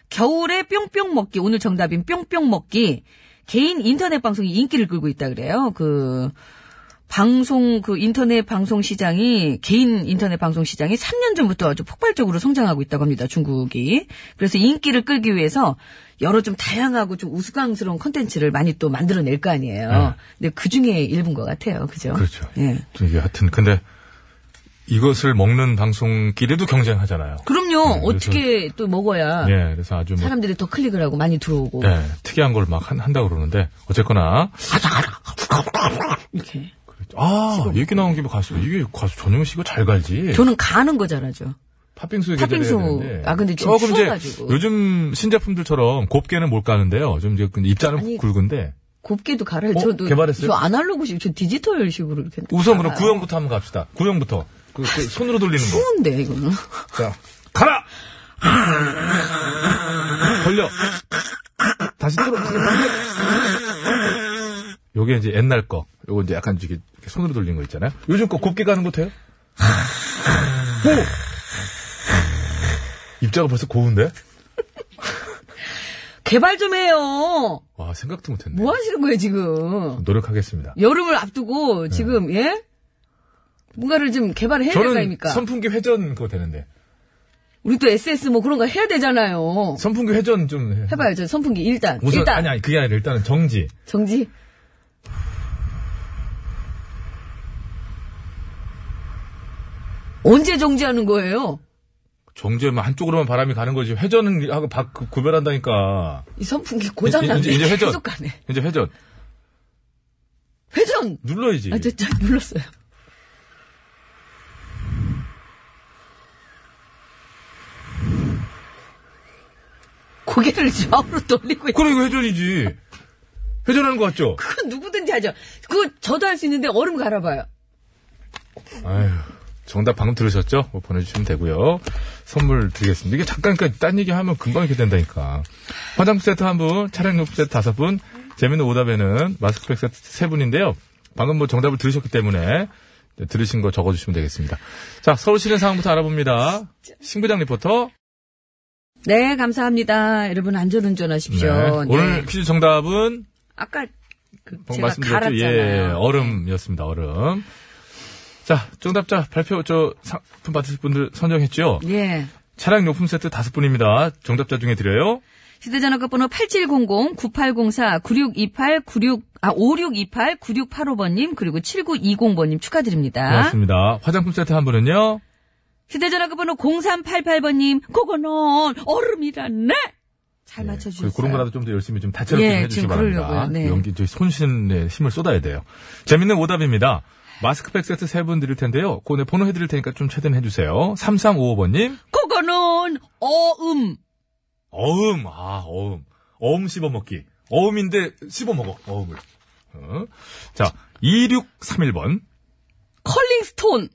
S2: 겨울에 뿅뿅 먹기, 오늘 정답인 뿅뿅 먹기, 개인 인터넷 방송이 인기를 끌고 있다 그래요. 그, 방송 그 인터넷 방송 시장이 개인 인터넷 방송 시장이 3년 전부터 아주 폭발적으로 성장하고 있다고 합니다. 중국이. 그래서 인기를 끌기 위해서 여러 좀 다양하고 좀 우스꽝스러운 콘텐츠를 많이 또 만들어낼 거 아니에요. 근데 그 중에 일부인 것 같아요. 그죠?
S1: 네. 그렇죠.
S2: 예.
S1: 이게 하여튼 근데 이것을 먹는 방송끼리도 경쟁하잖아요.
S2: 그럼요.
S1: 네, 그래서-
S2: 어떻게 또 먹어야
S1: 예, 그래서 아주 뭐
S2: 그러니까. 사람들이 더 클릭을 하고 많이 들어오고
S1: 예, 특이한 걸 막 한다 고 그러는데 어쨌거나
S2: 이렇게.
S1: 아 얘기 나온 김에 가수 이게 가수 전용훈 씨가 잘 갈지.
S2: 저는 가는 거 잘하죠.
S1: 팥빙수 얘기
S2: 팥빙수. 아, 근데 지금
S1: 조금 어, 이제
S2: 추워가지고.
S1: 요즘 신제품들처럼 곱게는 못 가는데요. 좀 이제 근데 입자는
S2: 아니,
S1: 굵은데
S2: 곱게도 가라. 요
S1: 어,
S2: 저도
S1: 개발했어요?
S2: 저 아날로그식, 저 디지털식으로 이렇게.
S1: 우선 그럼
S2: 갈아요.
S1: 구형부터 한번 갑시다. 구형부터 그, 그 손으로 돌리는 거.
S2: 추운데 이거는.
S1: 자, 가라! 걸려. 다시 들어. 요게 이제 옛날 거. 요거 이제 약간 이렇게 이렇게 손으로 돌린 거 있잖아요. 요즘 거 곱게 가는 거 돼요? 오! 입자가 벌써 고운데?
S2: 개발 좀 해요.
S1: 와, 생각도 못했네.
S2: 뭐 하시는 거예요, 지금?
S1: 노력하겠습니다.
S2: 여름을
S1: 네.
S2: 앞두고 지금, 예? 뭔가를 좀 개발해야 될 거
S1: 저는
S2: 아닙니까?
S1: 선풍기 회전 그거 되는데.
S2: 우리 또 SS 뭐 그런 거 해야 되잖아요.
S1: 선풍기 회전 좀 해.
S2: 해봐야죠, 선풍기. 일단.
S1: 우선,
S2: 일단.
S1: 아니, 아니, 그게 아니라 일단은 정지.
S2: 정지. 언제 정지하는 거예요?
S1: 정지하면 한쪽으로만 바람이 가는 거지. 회전은 하고 박 그- 구별한다니까.
S2: 이 선풍기
S1: 이제,
S2: 고장났네.
S1: 이제 회전.
S2: 계속 가네.
S1: 이제 회전.
S2: 회전!
S1: 눌러야지.
S2: 아, 저, 저, 눌렀어요. 고개를 좌우로 돌리고 있
S1: 그럼 이거 회전이지. 회전하는 거 같죠?
S2: 그건 누구든지 하죠. 그거 저도 할 수 있는데 얼음 갈아봐요.
S1: 아휴. 정답 방금 들으셨죠? 뭐 보내주시면 되고요. 선물 드리겠습니다. 이게 잠깐, 그러니까 딴 얘기 하면 금방 이렇게 된다니까. 화장품 세트 한 분, 차량용품 세트 다섯 분, 재밌는 오답에는 마스크팩 세트 세 분인데요. 방금 뭐 정답을 들으셨기 때문에 이제 들으신 거 적어주시면 되겠습니다. 자, 서울시내 상황부터 알아봅니다. 신부장 리포터.
S2: 네, 감사합니다. 여러분 안전운전
S1: 네.
S2: 하십시오.
S1: 오늘 퀴즈 정답은
S2: 아까 그
S1: 방금
S2: 제가
S1: 말씀드렸죠. 예,
S2: 갈았잖아요.
S1: 얼음이었습니다. 얼음. 자, 정답자 발표 저 상품 받으실 분들 선정했죠.
S2: 예.
S1: 차량 용품 세트 다섯 분입니다. 정답자 중에 드려요.
S2: 휴대전화 끝번호 8700, 9804, 9628, 96, 아, 5628, 9685번님, 그리고 7920번님 축하드립니다.
S1: 고맙습니다. 화장품 세트 한 분은요.
S2: 휴대전화 끝번호 0388번님, 그거는 얼음이라네! 잘 맞춰주셨어요.
S1: 예, 그런 거라도 좀 더 열심히 좀 다채롭게
S2: 예,
S1: 좀 해주시기
S2: 지금
S1: 바랍니다.
S2: 그러려고요. 네.
S1: 연기 저 손신에 힘을 쏟아야 돼요. 재밌는 오답입니다. 마스크팩 세트 세 분 드릴 텐데요. 그거 내 번호 해드릴 테니까 좀 최대한 해주세요. 3355번님.
S2: 그거는 어음.
S1: 어음, 아, 어음. 어음 씹어먹기. 어음인데 씹어먹어, 어음을. 어? 자, 2631번.
S2: 컬링스톤.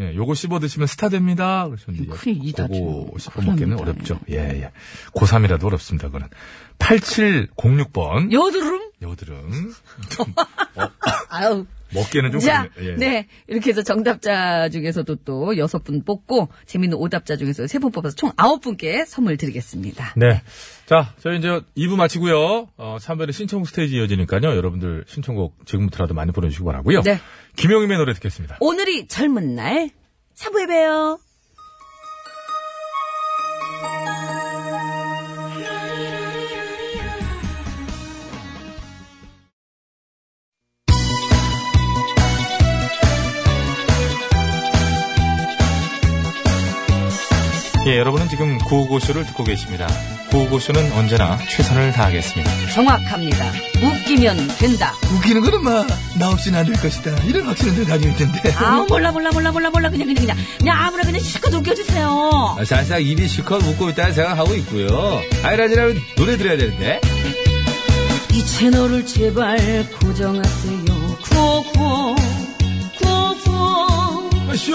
S1: 예, 요거 씹어 드시면 스타 됩니다. 그러셨는데.
S2: 큰일 이다,
S1: 요거
S2: 지금.
S1: 씹어 먹기는
S2: 큰일
S1: 어렵죠. 예, 예. 고3이라도 어렵습니다, 그거는.
S2: 예.
S1: 8706번.
S2: 여드름.
S1: 여드름.
S2: 아유.
S1: 먹기는 좀.
S2: 자,
S1: 그렇네. 예.
S2: 네. 이렇게 해서 정답자 중에서도 또 여섯 분 뽑고, 재밌는 오답자 중에서 세 분 뽑아서 총 아홉 분께 선물 드리겠습니다.
S1: 네. 자, 저희 이제 2부 마치고요. 어, 3회는 신청곡 스테이지 이어지니까요. 여러분들 신청곡 지금부터라도 많이 보내주시기 바라고요.
S2: 네.
S1: 김영임의 노래 듣겠습니다.
S2: 오늘이 젊은 날. 사부에 봬요.
S1: 예, 여러분은 지금 구호고쇼를 듣고 계십니다. 구호고쇼는 언제나 최선을 다하겠습니다.
S2: 정확합니다. 웃기면 된다.
S6: 웃기는 거는 막 나 없이는 안 될 것이다. 이런 확신을 늘 가지고 있던데.
S2: 아 몰라 몰라 몰라 몰라 몰라 그냥 그냥 그냥 그냥 아무나 그냥 실컷 웃겨주세요.
S4: 아, 사실상 입이 실컷 웃고 있다는 생각하고 있고요. 아이라지라면 노래 들어야 되는데.
S2: 이 채널을 제발 고정하세요. 구호구호 구호구호
S1: 아시오!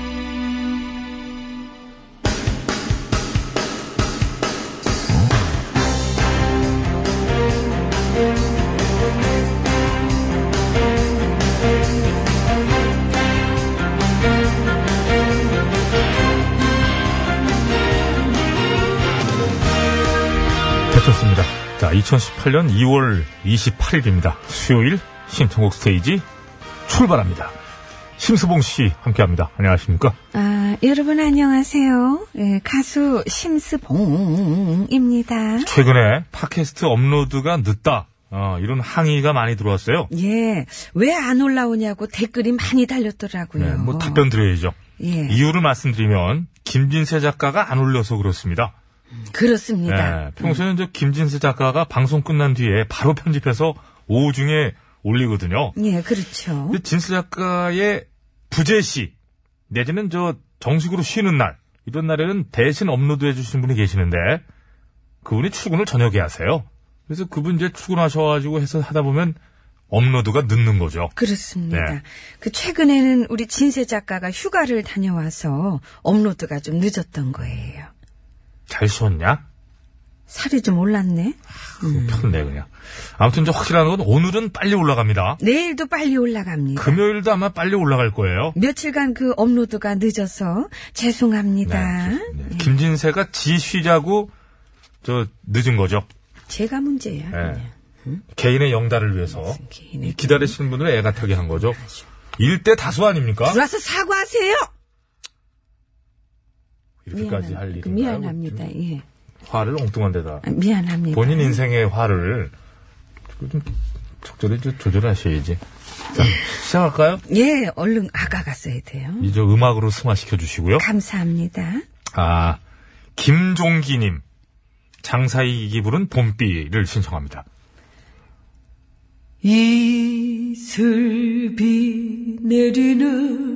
S1: 됐었습니다. 자, 2018년 2월 28일입니다. 수요일 신청곡 스테이지 출발합니다. 심수봉 씨 함께합니다. 안녕하십니까?
S7: 아, 여러분 안녕하세요. 예, 가수 심스봉입니다.
S1: 최근에 팟캐스트 업로드가 늦다. 어, 이런 항의가 많이 들어왔어요.
S7: 예, 왜 안 올라오냐고 댓글이 많이 달렸더라고요.
S1: 네, 뭐 답변 드려야죠.
S2: 네.
S7: 예.
S1: 이유를 말씀드리면 김진세 작가가 안 올려서 그렇습니다.
S7: 그렇습니다.
S2: 네.
S1: 예, 평소에는 저 김진수 작가가 방송 끝난 뒤에 바로 편집해서 오후 중에 올리거든요.
S7: 예, 그렇죠.
S1: 근데 진수 작가의 부재시 내지는 저 정식으로 쉬는 날 이런 날에는 대신 업로드해 주시는 분이 계시는데 그분이 출근을 저녁에 하세요. 그래서 그분 이제 출근하셔가지고 해서 하다 보면 업로드가 늦는 거죠.
S7: 그렇습니다.
S1: 네.
S7: 그 최근에는 우리 진세 작가가 휴가를 다녀와서 업로드가 좀 늦었던 거예요.
S1: 잘 쉬었냐?
S7: 살이 좀 올랐네.
S1: 편네 그냥. 아무튼 저 확실한 건 오늘은 빨리 올라갑니다.
S7: 내일도 빨리 올라갑니다.
S1: 금요일도 아마 빨리 올라갈 거예요.
S7: 며칠간 그 업로드가 늦어서 죄송합니다.
S1: 네. 김진세가 지 쉬자고 저 늦은 거죠.
S7: 제가 문제야.
S1: 예.
S7: 음?
S1: 개인의 영달을 위해서
S7: 개인의
S1: 기다리시는 분을 애가 타게 한 거죠. 일대 다수 아닙니까?
S7: 들어와서 사과하세요.
S1: 이렇게까지 할 일은
S7: 미안합니다. 예.
S1: 화를 엉뚱한 데다
S7: 아, 미안합니다.
S1: 본인 인생의 화를 좀 적절히 좀 조절하셔야지.
S7: 네.
S1: 자, 시작할까요?
S7: 예, 얼른 아가 갔어야 돼요.
S1: 이제 음악으로 승화시켜 주시고요.
S7: 감사합니다.
S1: 아, 김종기님. 장사이기 부른 봄비를 신청합니다.
S7: 이슬비 내리는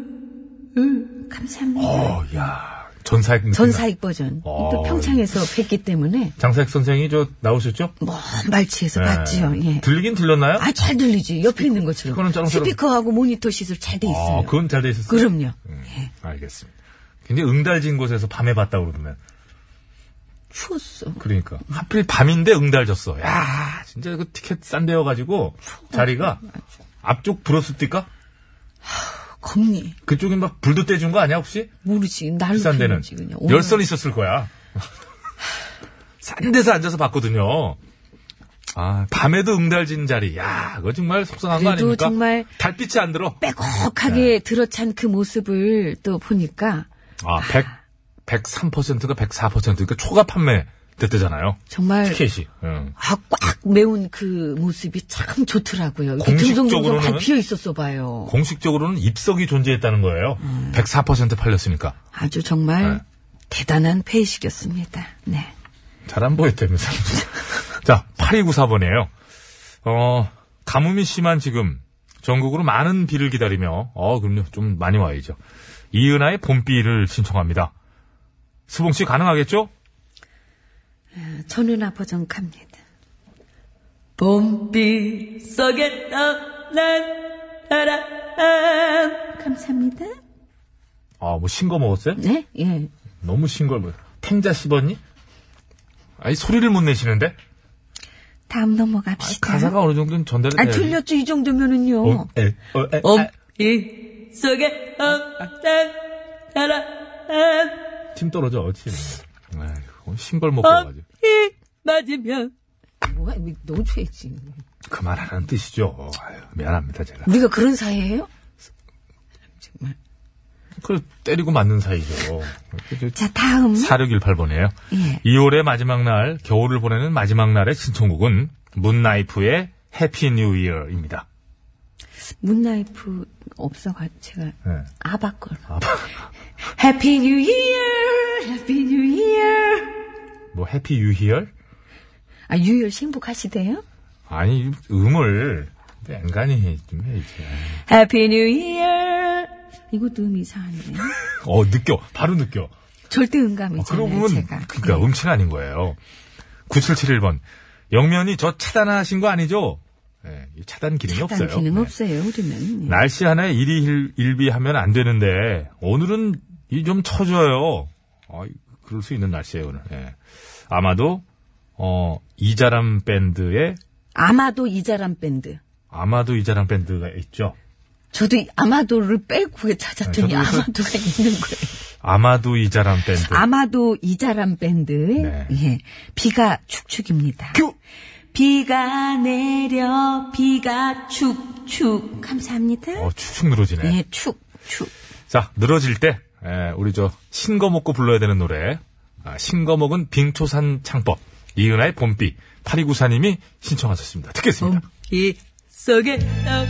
S7: 감사합니다.
S1: 어, 야 전사액 느낌.
S7: 전사익 버전.
S1: 어.
S7: 또 평창에서 뵀기 때문에
S1: 장사액 선생이 저 나오셨죠?
S7: 먼 발치에서
S1: 네.
S7: 봤지요. 예.
S1: 들리긴 들렸나요?
S7: 아, 잘 들리지. 옆에 있는 것처럼.
S1: 그거는 저런 사람-
S7: 스피커하고 모니터 시설 잘 돼 있어요.
S1: 아, 그건 네. 잘 돼 있었어요.
S7: 그럼요.
S1: 알겠습니다. 굉장히 응달진 곳에서 밤에 봤다고 그러면.
S7: 추웠어.
S1: 그러니까. 하필 밤인데 응달졌어. 야 진짜 그 티켓 싼 데여가지고 자리가 앞쪽 불었을 때까
S7: 겁니.
S1: 그쪽이 막 불도 떼준 거 아니야 혹시?
S7: 모르지. 날로
S1: 비싼 데는.
S7: 피는지 그냥.
S1: 열선 있었을 거야. 싼 데서 앉아서 봤거든요. 아, 밤에도 응달진 자리. 야 그거 정말 속상한 거
S7: 그래도
S1: 아닙니까?
S7: 정말
S1: 달빛이 안 들어. 네.
S7: 빼곡하게 들어찬 그 모습을 또 보니까
S1: 아, 100, 103%가 104%. 그러니까 초과 판매 됐대잖아요.
S7: 정말
S1: 티켓이. 응.
S7: 아, 꽉 매운 그 모습이 참 좋더라고요. 이렇게
S1: 공식적으로는
S7: 둥둥둥둥 잘 비어 있었어 봐요.
S1: 공식적으로는 입석이 존재했다는 거예요.
S7: 음.
S1: 104% 팔렸으니까.
S7: 아주 정말
S1: 네.
S7: 대단한 페이식이었습니다. 네.
S1: 잘 안 보였다면서. 자, 8294번이에요. 어, 가뭄이 심한 지금 전국으로 많은 비를 기다리며, 어, 그럼요. 좀 많이 와야죠. 이은아의 봄비를 신청합니다. 수봉씨 가능하겠죠?
S7: 전은아 버전 갑니다. 봄비 속에 떠난 나라 감사합니다.
S1: 아, 뭐 신 거 먹었어요?
S7: 네? 예.
S1: 너무 신걸 뭐. 탱자 씹었니? 아니, 소리를 못 내시는데?
S7: 다음
S1: 아,
S7: 넘어갑시다.
S1: 가사가 어느 정도는 전달이
S7: 아,
S1: 돼야지.
S7: 틀렸죠. 이 정도면은요.
S1: 어, 에, 어, 에, 아,
S7: 이 속에 떠난 나라
S1: 침 떨어져, 침. 아이고, 신걸 먹고 와가지고.
S7: 이 맞으면 뭐야? 이거 너무 죄지.
S1: 그만하라는 뜻이죠. 아유, 미안합니다, 제가.
S7: 우리가 그런 사이예요?
S1: 그 때리고 맞는 사이죠.
S7: 자, 다음.
S1: 4618번이에요.
S7: 예.
S1: 2월의 마지막 날, 겨울을 보내는 마지막 날의 신청곡은 문나이프의 해피 뉴 이어입니다.
S7: 문나이프 없어가 제가
S1: 네.
S7: 아바걸.
S1: 아,
S7: 해피 뉴 이어. 해피 뉴 이어.
S1: 뭐 해피 유희열?
S7: 아, 유열 행복하시대요?
S1: 아니, 음을 앵간히 좀 해야지.
S7: 해피 뉴 이어. 이것도 음이 이상하네.
S1: 어, 느껴. 바로 느껴.
S7: 절대
S1: 어, 그러고
S7: 음감이잖아요,
S1: 보면
S7: 네, 제가.
S1: 그러니까 음치는 아닌 거예요. 9771번. 영면이 저 차단하신 거 아니죠? 예, 이 차단 기능이
S7: 일단
S1: 없어요.
S7: 기능
S1: 네.
S7: 없어요, 예. 우리는.
S1: 날씨 하나에 일이 일- 일비하면 안 되는데 오늘은 이 좀 쳐줘요. 아, 그럴 수 있는 날씨예요 오늘. 예. 아마도 어 이자람 밴드에
S7: 아마도 이자람 밴드.
S1: 아마도 이자람 밴드가 있죠.
S7: 저도 이 아마도를 빼고 찾았더니
S1: 네, 저도
S7: 아마도가 있는 거예요.
S1: 아마도 이자람 밴드.
S7: 아마도 이자람 밴드.
S1: 네.
S7: 예. 비가 축축입니다. 비가 내려 비가 축축. 감사합니다.
S1: 어 축축 늘어지네.
S7: 예, 축, 축.
S1: 자 늘어질 때 예, 우리 저 신거 먹고 불러야 되는 노래. 아, 신거 먹은 빙초산 창법 이은하의 봄비 8294님이 신청하셨습니다.
S7: 음.
S1: 듣겠습니다.
S7: 이 속에 떠난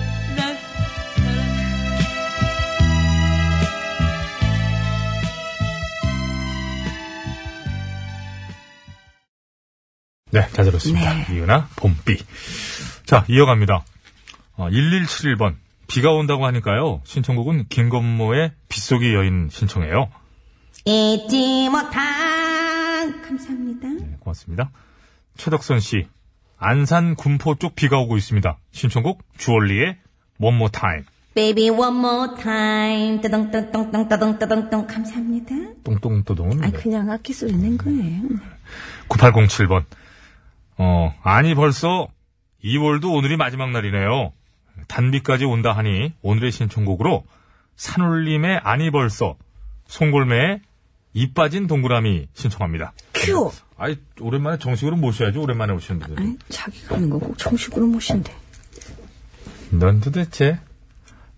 S1: 네, 잘 들었습니다. 이은아, 봄비. 자, 이어갑니다. 어, 1171번. 비가 온다고 하니까요. 신청곡은 김건모의 빗속의 여인 신청해요.
S8: 잊지 못한 감사합니다.
S1: 네, 고맙습니다. 최덕선 씨. 안산 군포 쪽 비가 오고 있습니다. 신청곡 주얼리의 One More Time.
S8: Baby one more time 떠동떠동떠동 떠동떠동떠동 감사합니다.
S1: 똥똥또동은
S8: 아 그냥 악기 소리 낸 거예요.
S1: 9807번. 어, 아니 벌써 2월도 오늘이 마지막 날이네요. 단비까지 온다 하니 오늘의 신청곡으로 산울림의 아니 벌써 송골매의 입 빠진 동그라미 신청합니다.
S7: 큐!
S1: 아이 오랜만에 정식으로 모셔야지 오랜만에 오시는 분들.
S7: 아니, 자기가 하는 거 꼭 정식으로 모신대.
S1: 넌 도대체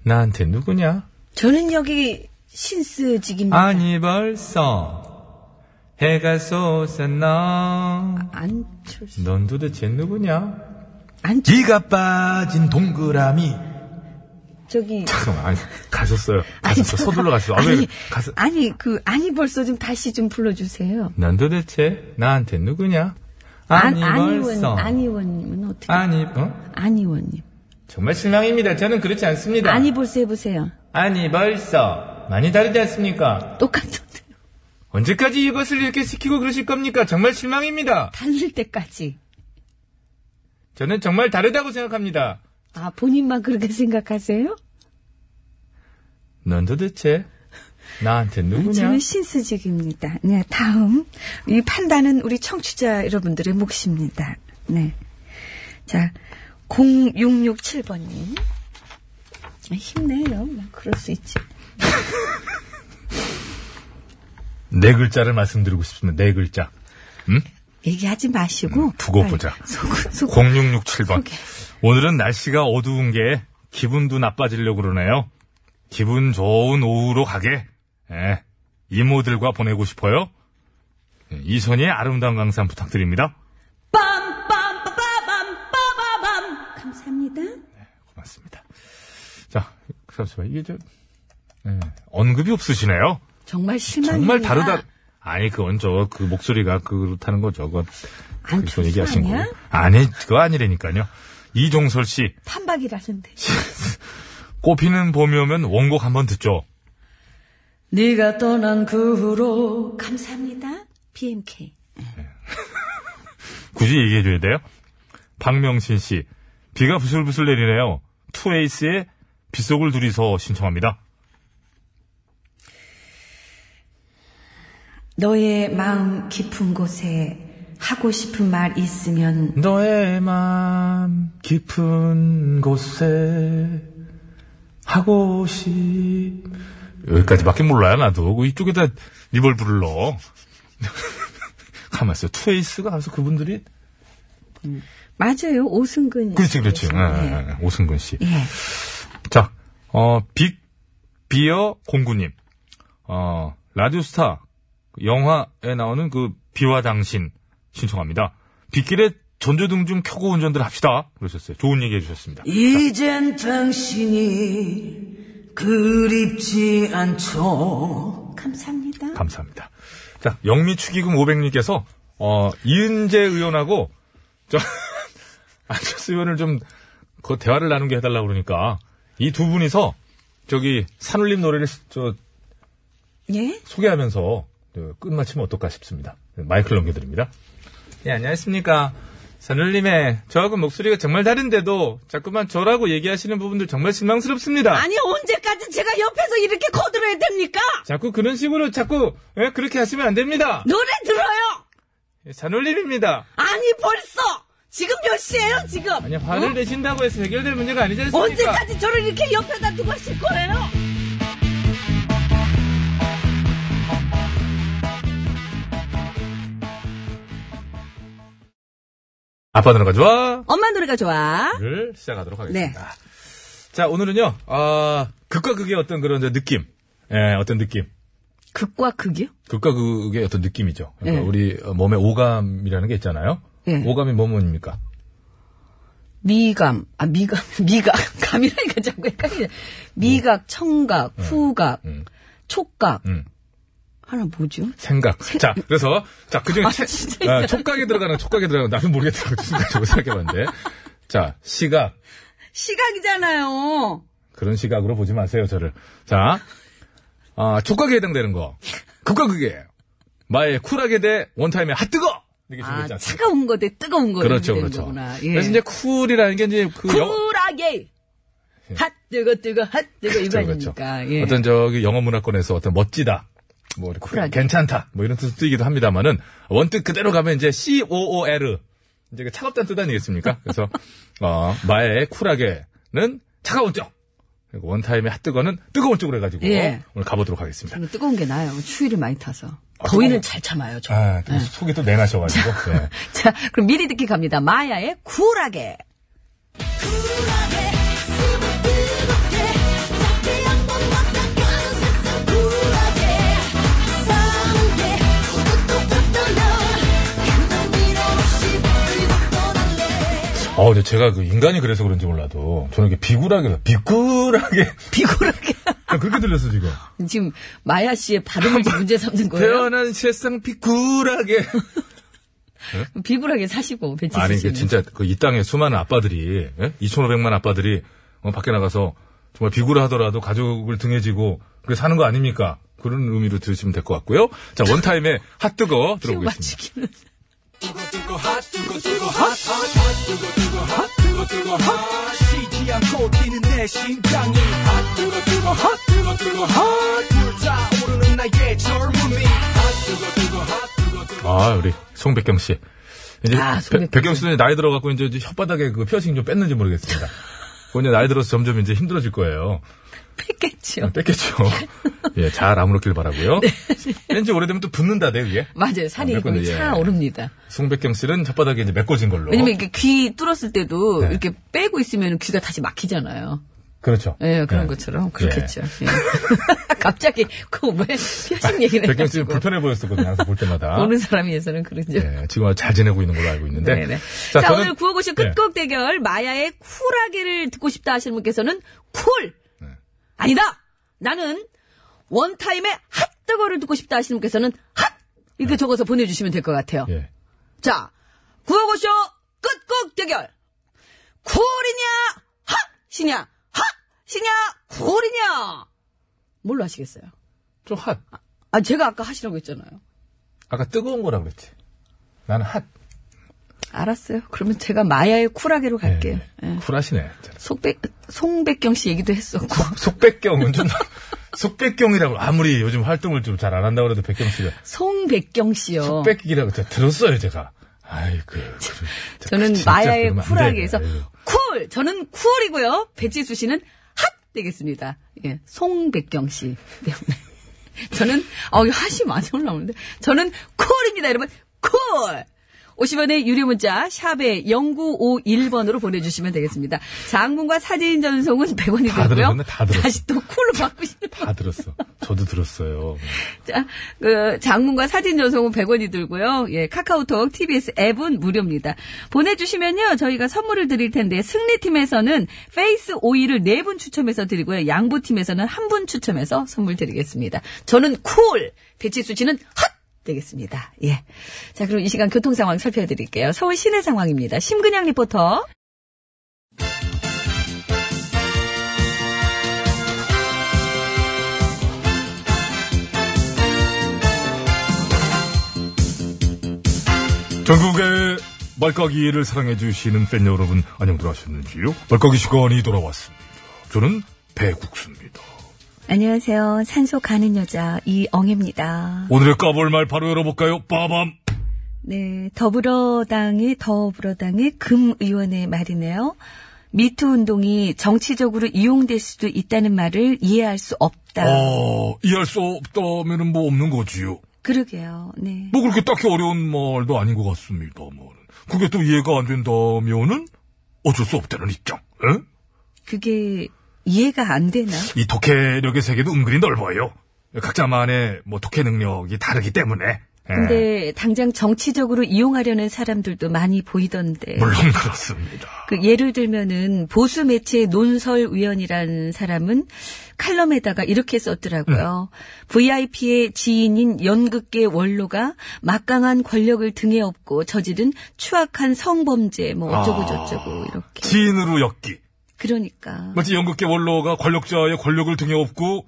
S1: 나한테 누구냐?
S7: 저는 여기 신스직입니다.
S1: 아니 벌써 해가 솟았나?
S7: 안철수.
S1: 넌 도대체 누구냐?
S6: 네가 빠진 동그라미.
S7: 저기.
S1: 잠깐만, 아니, 가셨어요.
S7: 아니,
S1: 가셨어.
S7: 잠깐.
S1: 서둘러 가셨어. 아, 왜,
S7: 아니,
S1: 가서.
S7: 아니, 그, 아니 벌써 좀 다시 좀 불러주세요.
S1: 난 도대체 나한테 누구냐? 아니, 벌써.
S7: 안의원, 안의원님은 어떻게?
S1: 아니, 어?
S7: 안의원님.
S1: 정말 실망입니다. 저는 그렇지 않습니다.
S7: 아니 벌써 해보세요.
S1: 아니, 벌써. 많이 다르지 않습니까?
S7: 똑같은데.
S1: 언제까지 이것을 이렇게 시키고 그러실 겁니까? 정말 실망입니다.
S7: 달릴 때까지.
S1: 저는 정말 다르다고 생각합니다.
S7: 아, 본인만 그렇게 생각하세요?
S1: 넌 도대체 나한테 누구냐?
S7: 저는 신스직입니다. 네, 다음. 이 판단은 우리 청취자 여러분들의 몫입니다. 네. 자, 0667번님. 아, 힘내요. 막 그럴 수 있지.
S1: 네 글자를 말씀드리고 싶습니다. 네 글자.
S7: 얘기하지 마시고.
S1: 음, 두고
S7: 빨리
S1: 보자.
S7: 속은 속.
S1: 0667번.
S7: 소개.
S1: 오늘은 날씨가 어두운 게 기분도 나빠지려고 그러네요. 기분 좋은 오후로 가게. 예. 이모들과 보내고 싶어요. 예, 이선희의 아름다운 강산 부탁드립니다.
S8: 빰빰빠밤빠밤빰 감사합니다.
S1: 고맙습니다. 자, 잠시만. 이게 저, 예, 언급이 없으시네요.
S7: 정말 실망이
S1: 정말 다르다. 아니, 그건 저, 그 목소리가 그렇다는 거죠. 그건,
S7: 안
S1: 그거
S7: 좋지
S1: 얘기하신
S7: 않냐?
S1: 거예요. 아니, 그거 아니라니까요. 이종설 씨,
S7: 판박이라는데.
S1: 꽃피는 봄이 오면 원곡 한번 듣죠.
S7: 네가 떠난 그 후로 감사합니다. BMK.
S1: 굳이 얘기해줘야 돼요? 박명신 씨, 비가 부슬부슬 내리네요. 투에이스의 빗속을 둘이서 신청합니다.
S7: 너의 마음 깊은 곳에 하고 싶은 말 있으면
S1: 너의 맘 깊은 곳에 하고 싶 여기까지밖에 몰라요 나도 그 이쪽에다 리벌브를 넣어 가만 있어 투에이스가 가서 그분들이
S7: 맞아요. 오승근.
S1: 그렇지 그렇지
S7: 네.
S1: 예, 예, 예. 오승근 씨
S7: 예.
S1: 자, 어, 빅, 비어 공구님. 어, 라디오스타, 영화에 나오는 그 비와 당신 신청합니다. 빗길에 전조등 좀 켜고 운전들 합시다. 그러셨어요. 좋은 얘기 해주셨습니다.
S9: 이젠 당신이 그립지 않죠.
S8: 감사합니다.
S1: 감사합니다. 자, 영미 축의금 500님께서, 어, 이은재 의원하고, 저, 안철수 의원을 좀, 그 대화를 나누게 해달라고 그러니까, 이 두 분이서, 저기, 산울림 노래를, 시- 저,
S7: 예?
S1: 소개하면서 그 끝마치면 어떨까 싶습니다. 마이크를 넘겨드립니다. 예, 안녕하십니까. 산울님의 저하고 목소리가 정말 다른데도 자꾸만 저라고 얘기하시는 부분들 정말 실망스럽습니다.
S2: 아니 언제까지 제가 옆에서 이렇게 거들어야 됩니까?
S1: 자꾸 그런 식으로 자꾸 예, 그렇게 하시면 안 됩니다.
S2: 노래 들어요.
S1: 예, 산울님입니다.
S2: 아니 벌써 지금 몇 시예요 지금?
S1: 아니 화를 내신다고 해서 해결될 문제가 아니지 않습니까?
S2: 어? 언제까지 저를 이렇게 옆에다 두고 하실 거예요?
S1: 아빠 노래가 좋아.
S2: 엄마 노래가 좋아.
S1: 를 시작하도록
S2: 네.
S1: 하겠습니다. 자 오늘은요 아 극과 극의 어떤 그런 저 느낌, 예 어떤 느낌
S2: 극과 극이요?
S1: 극과 극의 어떤 느낌이죠. 그러니까
S2: 예.
S1: 우리 몸의 오감이라는 게 있잖아요.
S2: 예.
S1: 오감이 뭐 뭐입니까?
S2: 미감, 아, 미감, 미각, 감이라니까 자꾸 헷갈리네. 미각, 청각, 후각, 촉각,
S1: 음.
S2: 하나 뭐죠?
S1: 생각. 자, 그래서, 자, 그 중에
S2: 아,
S1: 채,
S2: 진짜
S1: 아,
S2: 있어요.
S1: 촉각이 들어가는, 촉각이 들어가는, 나도 모르겠다고 순간적으로 생각해봤는데. 자, 시각.
S2: 시각이잖아요.
S1: 그런 시각으로 보지 마세요, 저를. 자, 아, 촉각에 해당되는 거. 극과 극이에요. 마의 쿨하게 대 원타임의 핫뜨거! 이렇게 준비
S2: 아
S1: 있지 않습니까?
S2: 차가운 거 대 뜨거운 거
S1: 그렇죠,
S2: 이렇게 되는
S1: 그렇죠.
S2: 거구나. 예.
S1: 그래서 이제 쿨이라는 게 이제 그 영-
S2: 쿨하게 핫 뜨거 뜨거 핫 뜨거 이거
S1: 그렇죠, 그렇죠.
S2: 아닙니까? 예.
S1: 어떤 저기 영어 문화권에서 어떤 멋지다. 뭐 이렇게
S2: 쿨하게.
S1: 괜찮다. 뭐 이런 뜻도 쓰이기도 합니다만은 원뜻 그대로 가면 이제 C O O L 이제 그 차갑다는 뜻 아니겠습니까? 그래서 어, 마의 쿨하게는 차가운 쪽. 그리고 원타임의 핫뜨거는 뜨거운 쪽으로 해가지고
S2: 예.
S1: 오늘 가보도록 하겠습니다.
S2: 저는 뜨거운 게 나아요. 추위를 많이 타서. 더위는 잘 참아요, 저.
S1: 아, 또 속이 또 냉하셔가지고. 네.
S2: 자, 그럼 미리 듣기 갑니다. 마야의 쿨하게.
S1: 어, 근데 제가 그 인간이 그래서 그런지 몰라도 저는 이게 비굴하게, 비굴하게.
S2: 비굴하게.
S1: 아, 그렇게 들렸어, 지금.
S2: 지금 마야 씨의 발음을 좀 문제 삼는 거예요.
S1: 태어난 세상 비굴하게.
S2: 비굴하게 사시고, 배치
S1: 아니, 이게
S2: 씨는.
S1: 진짜 그 이 땅에 수많은 아빠들이, 예? 2,500만 아빠들이 어, 밖에 나가서 정말 비굴하더라도 가족을 등에 지고 그래 사는 거 아닙니까? 그런 의미로 들으시면 될 것 같고요. 자, 원타임의 핫뜨거 들어보겠습니다.
S2: 맞추기는.
S3: 쉬지 않고 뛰는 내 심장이 핫 뜨거 뜨거 핫 뜨거 뜨거 핫불타 오르는 나의 젊음이 핫 뜨거 뜨거 핫 뜨거 뜨거
S1: 아, 우리 송백경 씨. 이제
S2: 아,
S1: 백-
S2: 송백경
S1: 백경 씨는 나이 들어갖고 이제 이제 혓바닥에 그 피어싱 좀 뺐는지 모르겠습니다. 그건 이제 나이 들어서 점점 이제 힘들어질 거예요. 아,
S2: 뺐겠지요.
S1: 뺐겠죠. 예, 잘 아무렇길 바라고요.
S2: 네.
S1: 왠지 오래되면 또 붙는다, 내 위에.
S2: 맞아요. 살이
S1: 아,
S2: 거의
S1: 예.
S2: 차오릅니다.
S1: 송백경 씨는 혓바닥에 이제 메꿔진 걸로.
S2: 왜냐면 이게 귀 뚫었을 때도
S1: 네.
S2: 이렇게 빼고 있으면 귀가 다시 막히잖아요.
S1: 그렇죠.
S2: 예, 그런
S1: 예.
S2: 것처럼.
S1: 예. 아,
S2: 그렇겠죠. 예. 갑자기, 그 왜, 피하신 얘기를
S1: 백경 씨는
S2: 해가지고.
S1: 불편해 보였었거든요. 항상 볼 때마다.
S2: 보는 사람이 해서는 그러죠.
S1: 예, 지금 아주 잘 지내고 있는 걸로 알고 있는데. 네.
S2: 네네. 자, 오늘 구호고시 끝곡 대결 마야의 쿨하게를 듣고 싶다 하시는 분께서는 쿨
S1: 네.
S2: 아니다 나는 원타임의 핫 뜨거를 듣고 싶다 하시는 분께서는 핫 이렇게 적어서 보내주시면 될 것 같아요.
S1: 네. 예. 예.
S2: 자 구호고쇼 끝곡 대결 쿨이냐 핫이냐 핫이냐 쿨이냐 뭘로 하시겠어요?
S1: 예, 좀 핫.
S2: 아 제가 아까 하시라고 했잖아요.
S1: 아까 뜨거운 거라 그랬지. 나는 핫.
S2: 알았어요. 그러면 제가 마야의 쿨하게로 갈게요.
S1: 예.
S2: 예.
S1: 쿨하시네. 진짜.
S2: 속백, 송백경 씨 얘기도 했었고.
S1: 속백경은 좀 속백경이라고 아무리 요즘 활동을 좀 잘 안 한다고 해도 백경 씨가
S2: 송백경 씨요.
S1: 속백기라고 제가 들었어요, 제가. 아이고. 그,
S2: 저는 마야의 쿨하게 해서
S1: 서
S2: 쿨! 저는 쿨이고요. 배지수 씨는 핫! 되겠습니다. 예. 송백경 씨 때문에. 저는, 어, 이 핫이 많이 올라오는데. 저는 쿨입니다, 여러분. 쿨! 50원의 유료 문자 샵에 0951번으로 보내주시면 되겠습니다. 장문과 사진 전송은 100원이
S1: 다
S2: 되고요.
S1: 들었네, 다 들었어.
S2: 다시 또 쿨로 바꾸시는
S1: 다 들었어. 저도 들었어요.
S2: 자, 그 장문과 사진 전송은 100원이 들고요. 예, 카카오톡, TBS 앱은 무료입니다. 보내주시면요, 저희가 선물을 드릴 텐데 승리팀에서는 페이스 오일을 4분 추첨해서 드리고요, 양보팀에서는 1분 추첨해서 선물 드리겠습니다. 저는 쿨, 배치수 씨는 핫 되겠습니다. 예, 자 그럼 이 시간 교통 상황 살펴드릴게요. 서울 시내 상황입니다. 심근양 리포터.
S1: 전국의 말까기를 사랑해주시는 팬 여러분, 안녕들 하셨는지요? 말까기 시간이 돌아왔습니다. 저는 배국수입니다.
S7: 안녕하세요. 산소 가는 여자 이엉입니다.
S1: 오늘의 까볼 말 바로 열어볼까요? 빠밤!
S7: 네, 더불어당이 더불어당의 금 의원의 말이네요. 미투 운동이 정치적으로 이용될 수도 있다는 말을 이해할 수 없다.
S1: 어, 이해할 수 없다면은 뭐 없는 거지요.
S7: 그러게요. 네.
S1: 뭐 그렇게 딱히 어려운 말도 아닌 것 같습니다, 뭐. 그게 또 이해가 안 된다면은 어쩔 수 없다는 입장, 예?
S7: 그게 이해가 안 되나?
S1: 이 독해력의 세계도 은근히 넓어요. 각자만의 뭐 독해 능력이 다르기 때문에
S7: 근데 당장 정치적으로 이용하려는 사람들도 많이 보이던데.
S1: 물론 그렇습니다.
S7: 그 예를 들면은 보수 매체 논설위원이란 사람은 칼럼에다가 이렇게 썼더라고요. VIP의 지인인 연극계 원로가 막강한 권력을 등에 업고 저지른 추악한 성범죄 뭐 어쩌고 저쩌고 이렇게.
S1: 지인으로 엮기.
S7: 그러니까.
S1: 마치 연극계 원로가 권력자의 권력을 등에 업고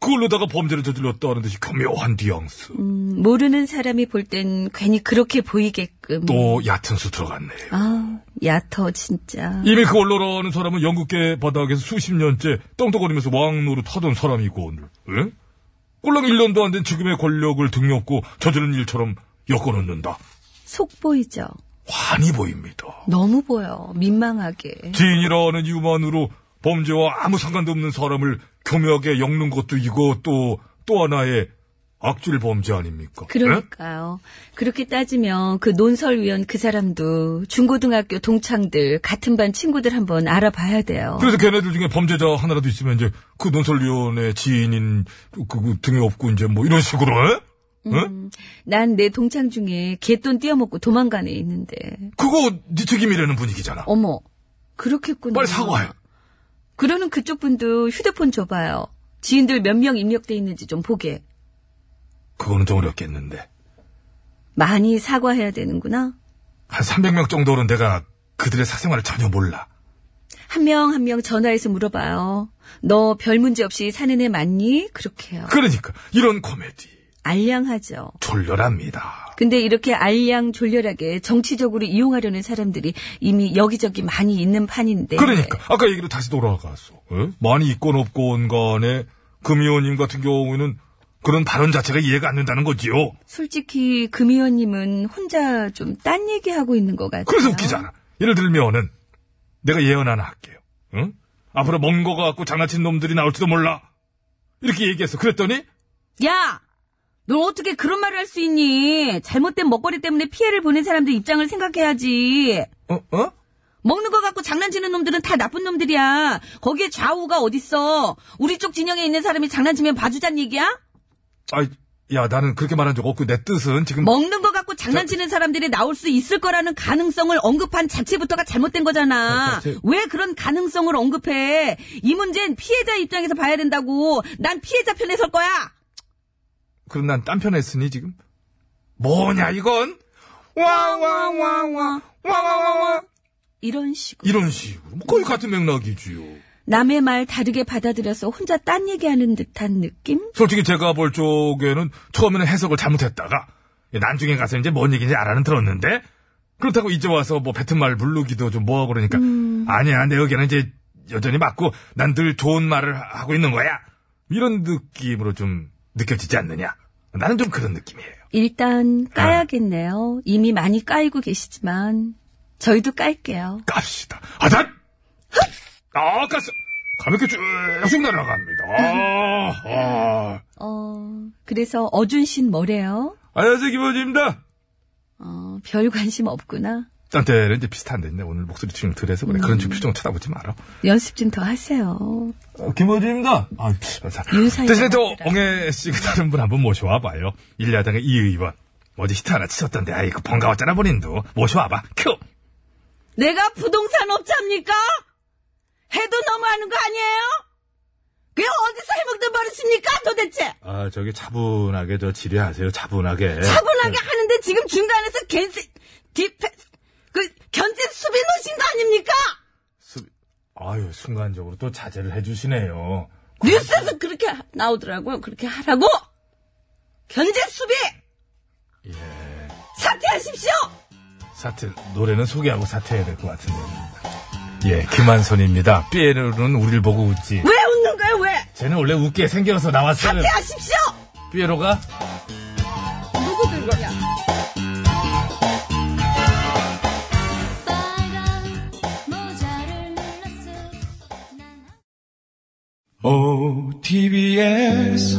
S1: 그걸로다가 범죄를 저질렀다는 듯이 교묘한 뉘앙스.
S7: 음, 모르는 사람이 볼 땐 괜히 그렇게 보이게끔.
S1: 또 얕은 수 들어갔네요.
S7: 아, 얕어 진짜.
S1: 이미 그 원로라는 사람은 영국계 바닥에서 수십 년째 떵떵거리면서 왕노로 타던 사람이고 오늘 예? 꼴랑 1년도 안 된 지금의 권력을 등에 업고 저지른 일처럼 엮어놓는다.
S7: 속 보이죠?
S1: 환히 보입니다.
S7: 너무 보여. 민망하게.
S1: 지인이라는 이유만으로 범죄와 아무 상관도 없는 사람을 교묘하게 엮는 것도 이거 또, 또 하나의 악질 범죄 아닙니까? 예?
S7: 그러니까요. 그렇게 따지면 그 논설위원 그 사람도 중고등학교 동창들 같은 반 친구들 한번 알아봐야 돼요.
S1: 그래서 걔네들 중에 범죄자 하나라도 있으면 이제 그 논설위원회 지인인 그, 그 등에 업고 이제 뭐 이런 식으로 예? 예?
S7: 난 내 동창 중에 개돈 띄어먹고 도망간 애 있는데.
S1: 그거 네 책임이라는 분위기잖아.
S7: 어머, 그렇겠구나.
S1: 빨리 사과해.
S7: 그러는 그쪽 분도 휴대폰 줘봐요. 지인들 몇 명 입력돼 있는지 좀 보게.
S1: 그거는 좀 어렵겠는데.
S7: 많이 사과해야 되는구나.
S1: 한 300명 정도는 내가 그들의 사생활을 전혀 몰라.
S7: 한 명 한 명 전화해서 물어봐요. 너 별 문제 없이 사는 애 맞니? 그렇게요.
S1: 그러니까 이런 코미디
S7: 알량하죠.
S1: 졸렬합니다.
S7: 근데 이렇게 알량 졸렬하게 정치적으로 이용하려는 사람들이 이미 여기저기 많이 있는 판인데.
S1: 그러니까 아까 얘기로 다시 돌아가서 예? 많이 있건 없건 간에 금 의원님 같은 경우에는 그런 발언 자체가 이해가 안 된다는 거지요.
S7: 솔직히 금 의원님은 혼자 좀 딴 얘기하고 있는 것 같아요.
S1: 그래서 웃기잖아. 예를 들면은 내가 예언 하나 할게요. 응? 앞으로 먼 거 갖고 장난친 놈들이 나올지도 몰라. 이렇게 얘기했어. 그랬더니
S2: 야! 넌 어떻게 그런 말을 할 수 있니? 잘못된 먹거리 때문에 피해를 보는 사람들 입장을 생각해야지.
S4: 어? 어?
S2: 먹는 거 갖고 장난치는 놈들은 다 나쁜 놈들이야. 거기에 좌우가 어딨어. 우리 쪽 진영에 있는 사람이 장난치면 봐주잔 얘기야?
S1: 아, 야 나는 그렇게 말한 적 없고 내 뜻은 지금
S2: 먹는 거 갖고 장난치는 사람들이 나올 수 있을 거라는 가능성을 언급한 자체부터가 잘못된
S1: 저,
S2: 거잖아.
S1: 저, 저.
S2: 왜 그런 가능성을 언급해? 이 문제는 피해자 입장에서 봐야 된다고. 난 피해자 편에 설 거야.
S1: 그럼 난 딴 편 했으니 지금 뭐냐 이건 와와와와 와와와와
S7: 이런 식으로.
S1: 이런 식으로 뭐 거의 같은 맥락이지요.
S7: 남의 말 다르게 받아들여서 혼자 딴 얘기하는 듯한 느낌?
S1: 솔직히 제가 볼 쪽에는 처음에는 해석을 잘못했다가 예, 나중에 가서 이제 뭔 얘기인지 알아는 들었는데 그렇다고 이제 와서 뭐 뱉은 말 부르기도 좀 뭐하고 그러니까 아니야 내 의견은 이제 여전히 맞고 난 늘 좋은 말을 하고 있는 거야 이런 느낌으로 좀 느껴지지 않느냐 나는 좀 그런 느낌이에요
S7: 일단 까야겠네요. 이미 많이 까이고 계시지만 저희도 깔게요.
S1: 깝시다 아단 아 깠어 가볍게 쭉쭉 날아갑니다 아, 아.
S7: 어, 그래서 어준 씨는 뭐래요?
S1: 안녕하세요 김호진입니다
S7: 어, 별 관심 없구나.
S1: 딴 때는 이제 비슷한데 근데 오늘 목소리 지금 들어서 그래 그런 표정 쳐다보지 마라
S7: 연습 좀 더 하세요.
S1: 어, 김호진입니다. 아,
S7: 윤사위
S1: 대신에 또
S7: 나왔더라.
S1: 엉애 씨가 다른 분 한 분 모셔와봐요. 일야당의 이 의원. 어제 히트 하나 치셨던데 아이고 그 번가웠잖아 본인도 모셔와봐. 큐.
S2: 내가 부동산 업자입니까? 해도 너무하는 거 아니에요? 그게 어디서 해먹던 버릇입니까 도대체?
S1: 아 저기 차분하게 저 지뢰하세요. 차분하게.
S2: 차분하게 하는데 지금 중간에서 겐세, 디페, 그, 견제 수비 놓으신 거 아닙니까?
S1: 아유 순간적으로 또 자제를 해주시네요.
S2: 뉴스에서 그렇게 하- 나오더라고요. 그렇게 하라고! 견제 수비! 사퇴하십시오!
S1: 사태 노래는 소개하고 사퇴해야 될 것 같은데. 예 김한선입니다. 피에로는 우리를 보고 웃지.
S2: 왜 웃는 거예요, 왜?
S1: 쟤는 원래 웃게 생겨서 나왔어요.
S2: 사퇴하십시오!
S1: 피에로가
S2: 누구 그거야?
S3: OTBS, OTBS,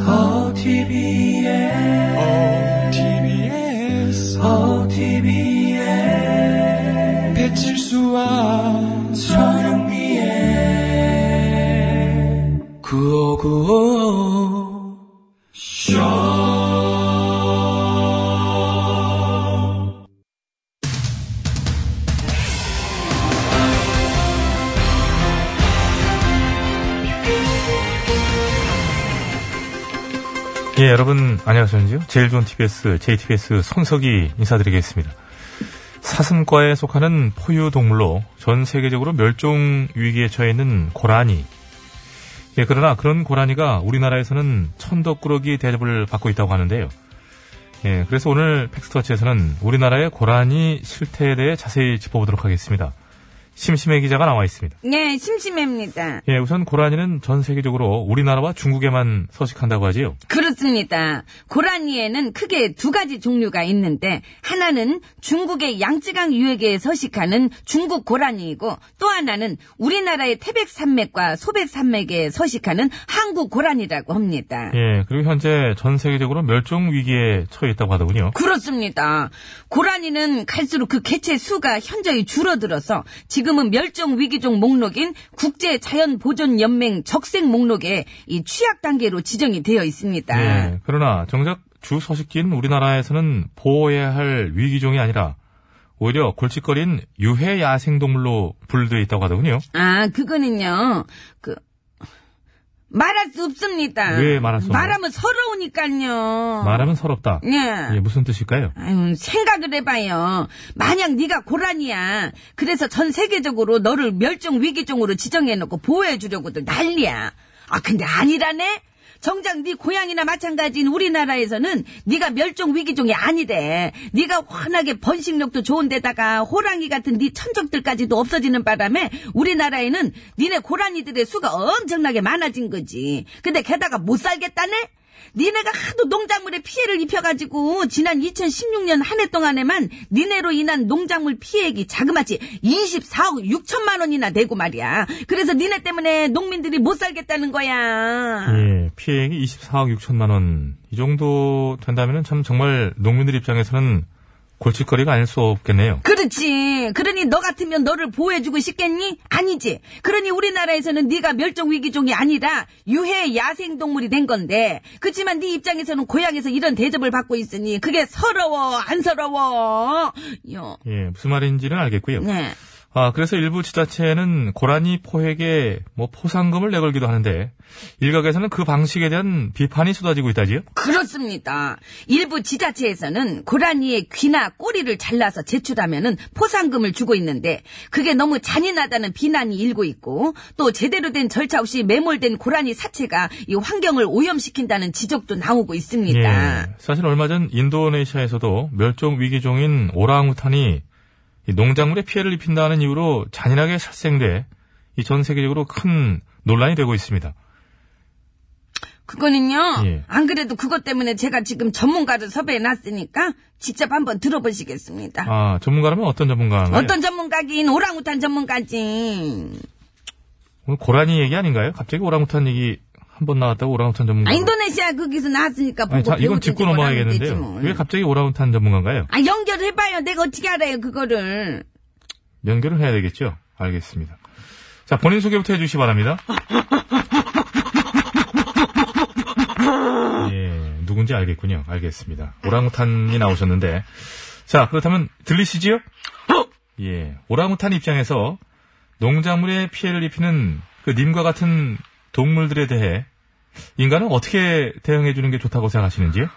S3: OTBS, OTBS. 배칠수와 저녁미에 구호구호. 쇼.
S1: 예, 여러분 안녕하세요. 제일 좋은 TBS, JTBS 손석희 인사드리겠습니다. 사슴과에 속하는 포유동물로 전 세계적으로 멸종 위기에 처해 있는 고라니. 예, 그러나 그런 고라니가 우리나라에서는 천덕꾸러기 대접을 받고 있다고 하는데요. 예, 그래서 오늘 팩스터치에서는 우리나라의 고라니 실태에 대해 자세히 짚어보도록 하겠습니다. 심심해 기자가 나와 있습니다.
S2: 네, 심심합니다.
S1: 예, 우선 고라니는 전 세계적으로 우리나라와 중국에만 서식한다고 하지요.
S2: 그렇습니다. 고라니에는 크게 두 가지 종류가 있는데 하나는 중국의 양쯔강 유역에 서식하는 중국 고라니이고 또 하나는 우리나라의 태백산맥과 소백산맥에 서식하는 한국 고라니라고 합니다.
S1: 예, 그리고 현재 전 세계적으로 멸종 위기에 처해 있다고 하더군요.
S2: 그렇습니다. 고라니는 갈수록 그 개체 수가 현저히 줄어들어서 지금은 멸종 위기종 목록인 국제 자연 보존 연맹 적색 목록에 이 취약 단계로 지정이 되어 있습니다.
S1: 예, 그러나 정작 주 서식지인 우리나라에서는 보호해야 할 위기종이 아니라 오히려 골칫거린 유해 야생동물로 분류돼 있다고 하더군요.
S2: 아, 그거는요. 그 말할 수 없습니다.
S1: 왜 말할 수 없나요?
S2: 말하면
S4: 어.
S2: 서러우니까요.
S1: 말하면 서럽다.
S4: 음.
S2: 예.
S1: 예, 무슨 뜻일까요?
S2: 아유, 생각을 해봐요. 만약 네가 고라니야. 그래서 전 세계적으로 너를 멸종 위기종으로 지정해놓고 보호해주려고들 난리야. 아 근데 아니라네. 정작 네 고향이나 마찬가지인 우리나라에서는 네가 멸종 위기종이 아니래. 네가 환하게 번식력도 좋은데다가 호랑이 같은 네 천적들까지도 없어지는 바람에 우리나라에는 니네 고라니들의 수가 엄청나게 많아진 거지. 근데 게다가 못 살겠다네. 니네가 하도 농작물에 피해를 입혀가지고 지난 2016년 한 해 동안에만 니네로 인한 농작물 피해액이 자그마치 24억 6천만 원이나 되고 말이야. 그래서 니네 때문에 농민들이 못 살겠다는 거야.
S1: 예, 피해액이 24억 6천만 원. 이 정도 된다면 참 정말 농민들 입장에서는 골칫거리가 아닐 수 없겠네요.
S2: 그렇지. 그러니 너 같으면 너를 보호해주고 싶겠니? 아니지. 그러니 우리나라에서는 네가 멸종 위기종이 아니라 유해 야생 동물이 된 건데. 그렇지만 네 입장에서는 고향에서 이런 대접을 받고 있으니 그게 서러워 안 서러워? 요.
S1: 예, 무슨 말인지는 알겠고요.
S2: 네.
S1: 아, 그래서 일부 지자체는 고라니 포획에 뭐 포상금을 내걸기도 하는데 일각에서는 그 방식에 대한 비판이 쏟아지고 있다지요.
S2: 그렇습니다. 일부 지자체에서는 고라니의 귀나 꼬리를 잘라서 제출하면은 포상금을 주고 있는데 그게 너무 잔인하다는 비난이 일고 있고 또 제대로 된 절차 없이 매몰된 고라니 사체가 이 환경을 오염시킨다는 지적도 나오고 있습니다.
S1: 예, 사실 얼마 전 인도네시아에서도 멸종 위기종인 오랑우탄이 이 농작물에 피해를 입힌다는 이유로 잔인하게 살생돼 이 전 세계적으로 큰 논란이 되고 있습니다.
S2: 그거는요.
S1: 예.
S2: 안 그래도 그것 때문에 제가 지금 전문가를 섭외해 놨으니까 직접 한번 들어보시겠습니다.
S1: 아, 네. 전문가라면 어떤 전문가인가요?
S2: 어떤 전문가긴 오랑우탄 전문가지.
S1: 오늘 고라니 얘기 아닌가요? 갑자기 오랑우탄 얘기 한 번 나왔다고 오랑우탄 전문가.
S2: 아, 인도네시아 거기서 나왔으니까
S1: 음.
S2: 보고
S1: 아니, 자, 이건
S2: 배우든지
S1: 짚고
S2: 뭐라든지
S1: 넘어가야겠는데요.
S2: 뭐.
S1: 왜 갑자기 오랑우탄 전문가인가요?
S2: 아 연결해봐요. 내가 어떻게 알아요 그거를.
S1: 연결을 해야 되겠죠? 알겠습니다. 자, 본인 소개부터 해주시기 바랍니다. 예, 누군지 알겠군요. 알겠습니다. 오랑우탄이 나오셨는데. 자, 그렇다면 들리시지요? 예, 오랑우탄 입장에서 농작물에 피해를 입히는 그 님과 같은 동물들에 대해 인간은 어떻게 대응해주는 게 좋다고 생각하시는지요?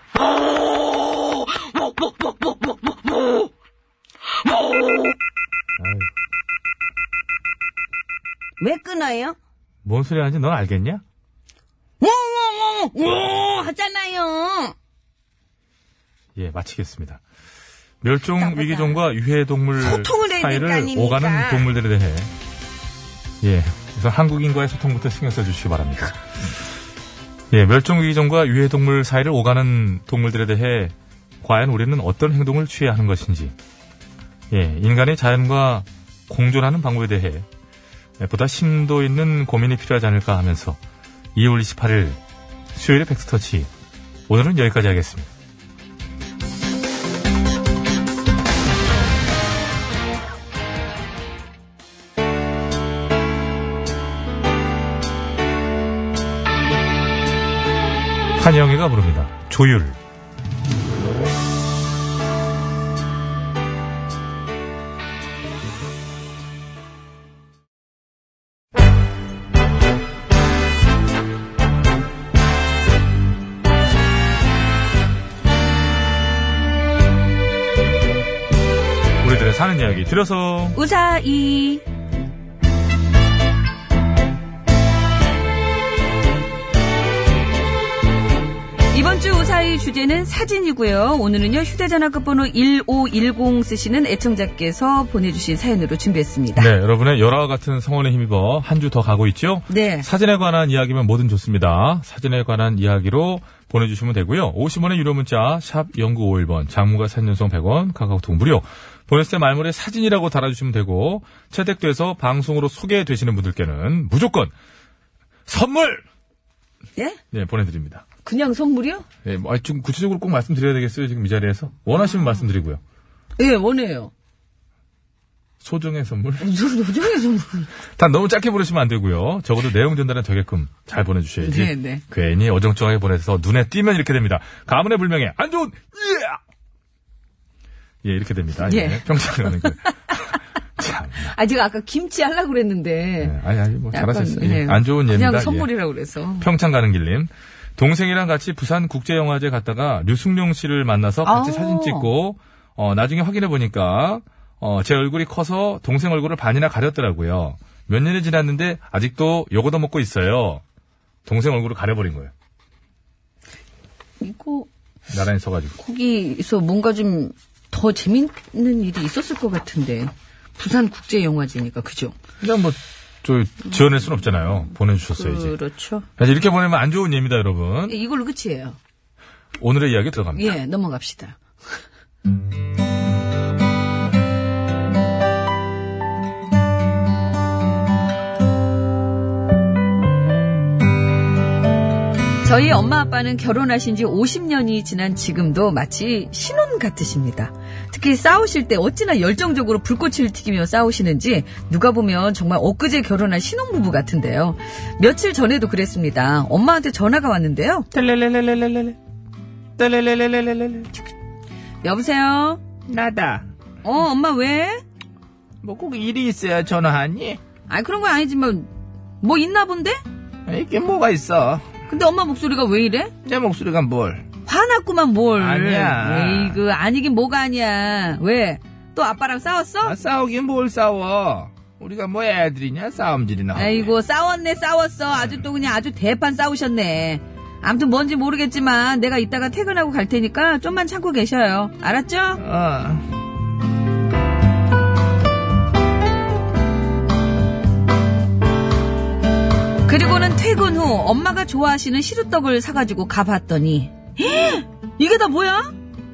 S2: 왜 끊어요? 뭐,
S1: 뭔 소리 하는지 넌 알겠냐?
S2: 오오오오 뭐 하잖아요.
S1: 예, 마치겠습니다. 멸종 위기종과 유해 동물
S2: 소통을 해야 될
S1: 사이를
S2: 거 아닙니까?
S1: 오가는 동물들에 대해 예, 우선 한국인과의 소통부터 신경 써주시기 바랍니다. 예, 멸종 위기종과 유해 동물 사이를 오가는 동물들에 대해 과연 우리는 어떤 행동을 취해야 하는 것인지, 예, 인간의 자연과 공존하는 방법에 대해 보다 심도 있는 고민이 필요하지 않을까 하면서 2월 28일 수요일의 팩스터치 오늘은 여기까지 하겠습니다. 한영애가 부릅니다. 조율. 사는 이야기 들어서
S2: 우사이. 이번 주 우사의 주제는 사진이고요. 오늘은요, 휴대전화 끝번호 1510 쓰시는 애청자께서 보내주신 사연으로 준비했습니다.
S1: 네, 여러분의 열화와 같은 성원에 힘입어 한 주 더 가고 있죠?
S2: 네.
S1: 사진에 관한 이야기면 뭐든 좋습니다. 사진에 관한 이야기로 보내주시면 되고요. 50원의 유료 문자 샵 0951번 장무가 3년송 100원 카카오톡 무료 보냈을 때 말물에 사진이라고 달아주시면 되고 채택돼서 방송으로 소개되시는 분들께는 무조건 선물!
S2: 예?
S1: 네, 보내드립니다.
S2: 그냥 선물이요?
S1: 예, 뭐, 아니, 좀 구체적으로 꼭 말씀드려야 되겠어요, 지금 이 자리에서? 원하시면 말씀드리고요.
S2: 예, 원해요.
S1: 소정의 선물?
S2: 무슨 소정의 선물?
S1: 단 너무 짧게 보내시면 안 되고요. 적어도 내용 전달은 되게끔 잘 보내주셔야지.
S2: 네, 네.
S1: 괜히 어정쩡하게 보내서 눈에 띄면 이렇게 됩니다. 가문의 불명예 안 좋은 예, 예 이렇게 됩니다. 예,
S2: 예.
S1: 평생 하는 거. 참.
S2: 아, 제가 아까 김치 하려고 그랬는데.
S1: 예, 아니 아니 뭐
S2: 약간,
S1: 잘하셨어요.
S2: 예.
S1: 예, 안 좋은 예입니다.
S2: 그냥
S1: 예.
S2: 선물이라고 그래서.
S1: 평창 가는 길님. 동생이랑 같이 부산 국제영화제 갔다가 류승룡 씨를 만나서 같이
S2: 아.
S1: 사진 찍고 어, 나중에 확인해 보니까 어, 제 얼굴이 커서 동생 얼굴을 반이나 가렸더라고요. 몇 년이 지났는데 아직도 요거도 먹고 있어요. 동생 얼굴을 가려버린 거예요.
S2: 이거
S1: 나란히 서가지고.
S2: 거기서 뭔가 좀 더 재밌는 일이 있었을 것 같은데. 부산 국제 영화제니까 그죠?
S1: 그냥 뭐, 저 지어낼 순 없잖아요. 보내주셨어요 이제.
S2: 그렇죠.
S1: 사실 이렇게 보내면 안 좋은 예입니다, 여러분.
S2: 예, 이걸로 끝이에요.
S1: 오늘의 이야기 들어갑니다.
S2: 예, 넘어갑시다. 저희 엄마 아빠는 결혼하신 지 50년이 지난 지금도 마치 신혼 같으십니다. 특히 싸우실 때 어찌나 열정적으로 불꽃을 튀기며 싸우시는지 누가 보면 정말 엊그제 결혼한 신혼부부 같은데요. 며칠 전에도 그랬습니다. 엄마한테 전화가 왔는데요.
S4: 떨레레레레레레.
S2: 여보세요?
S4: 나다.
S2: 어, 엄마 왜?
S4: 뭐 꼭 일이 있어야 전화하니?
S2: 아니, 그런 건 아니지만, 뭐 있나 본데?
S4: 이게 뭐가 있어?
S2: 근데 엄마 목소리가 왜 이래?
S4: 내 목소리가 뭘?
S2: 화났구만, 뭘.
S4: 아니야.
S2: 에이그, 아니긴 뭐가 아니야. 왜? 또 아빠랑 싸웠어?
S4: 아, 싸우긴 뭘 싸워? 우리가 뭐 애들이냐 싸움질이나. 하고.
S2: 아이고, 싸웠네, 싸웠어. 아주 또 그냥 아주 대판 싸우셨네. 아무튼 뭔지 모르겠지만, 내가 이따가 퇴근하고 갈 테니까 좀만 참고 계셔요. 알았죠?
S4: 어.
S2: 그리고는 퇴근 후 엄마가 좋아하시는 시루떡을 사가지고 가봤더니, 헉! 이게 다 뭐야?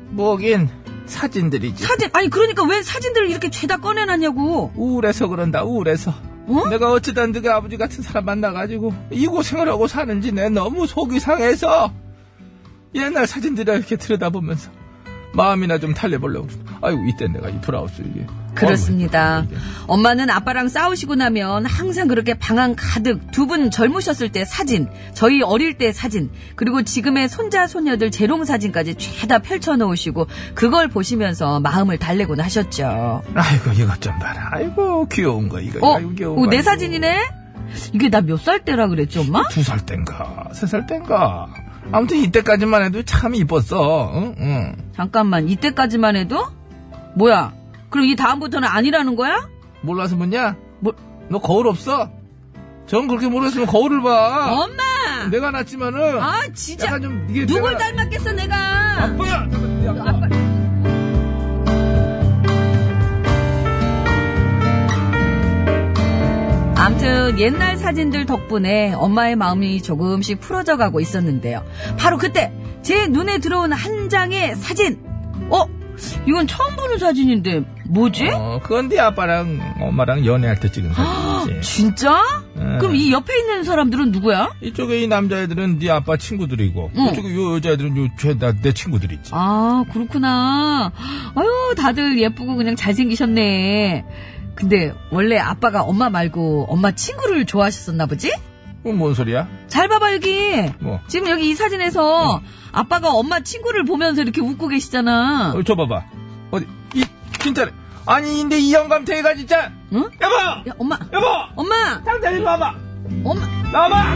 S4: 뭐긴 사진들이지.
S2: 사진, 아니, 그러니까 왜 사진들을 이렇게 죄다 꺼내놨냐고.
S4: 우울해서 그런다. 우울해서.
S2: 어?
S4: 내가 어쩌다 네가 아버지 같은 사람 만나가지고 이 고생을 하고 사는지 내 너무 속이 상해서 옛날 사진들을 이렇게 들여다보면서 마음이나 좀 달래보려고. 그러지. 아이고 이때 내가 이 브라우스 이게.
S2: 그렇습니다.
S4: 어이구, 네, 이게.
S2: 엄마는 아빠랑 싸우시고 나면 항상 그렇게 방황 가득 두 분 젊으셨을 때 사진, 저희 어릴 때 사진, 그리고 지금의 손자 손녀들 재롱 사진까지 죄다 펼쳐놓으시고 그걸 보시면서 마음을 달래곤 하셨죠.
S4: 아이고 이것 좀 봐라. 아이고 귀여운 거 이거.
S2: 어,
S4: 아이고, 귀여운
S2: 어,
S4: 거,
S2: 내
S4: 아이고.
S2: 사진이네. 이게 나 몇 살 때라 그랬지 엄마?
S4: 두 살 땐가 세 살 땐가 어. 아무튼 이때까지만 해도 참 이뻤어 응? 응.
S2: 잠깐만 이때까지만 해도 뭐야? 그럼 이 다음부터는 아니라는 거야?
S4: 몰라서 묻냐?
S2: 뭐?
S4: 너 거울 없어? 전 그렇게 모르겠으면 거울을 봐
S2: 엄마!
S4: 내가 낳았지만은
S2: 아 진짜
S4: 약간 좀 이게
S2: 누굴
S4: 내가-
S2: 닮았겠어 내가?
S4: 아빠야 잠깐, 네 아빠.
S2: 암튼 옛날 사진들 덕분에 엄마의 마음이 조금씩 풀어져 가고 있었는데요. 바로 그때 제 눈에 들어온 한 장의 사진. 어? 이건 처음 보는 사진인데 뭐지?
S4: 어, 그건 네 아빠랑 엄마랑 연애할 때 찍은 사진이지
S2: 아, 진짜?
S4: 응.
S2: 그럼 이 옆에 있는 사람들은 누구야?
S4: 이쪽에 이 남자애들은 네 아빠 친구들이고
S2: 응.
S4: 이쪽에 요 여자애들은 요쟤나내 친구들이지
S2: 아 그렇구나. 아유 다들 예쁘고 그냥 잘생기셨네. 근데 원래 아빠가 엄마 말고 엄마 친구를 좋아하셨었나 보지?
S4: 그건 어, 뭔 소리야?
S2: 잘 봐봐 여기.
S4: 뭐?
S2: 지금 여기 이 사진에서 아빠가 엄마 친구를 보면서 이렇게 웃고 계시잖아.
S4: 어, 저 봐봐 어디 이 진짜래 아니 근데 이 영감탱이가 진짜
S2: 응?
S4: 여보
S2: 야 엄마,
S4: 여보
S2: 엄마,
S4: 당장 일로 와봐
S2: 엄마.
S4: 나와봐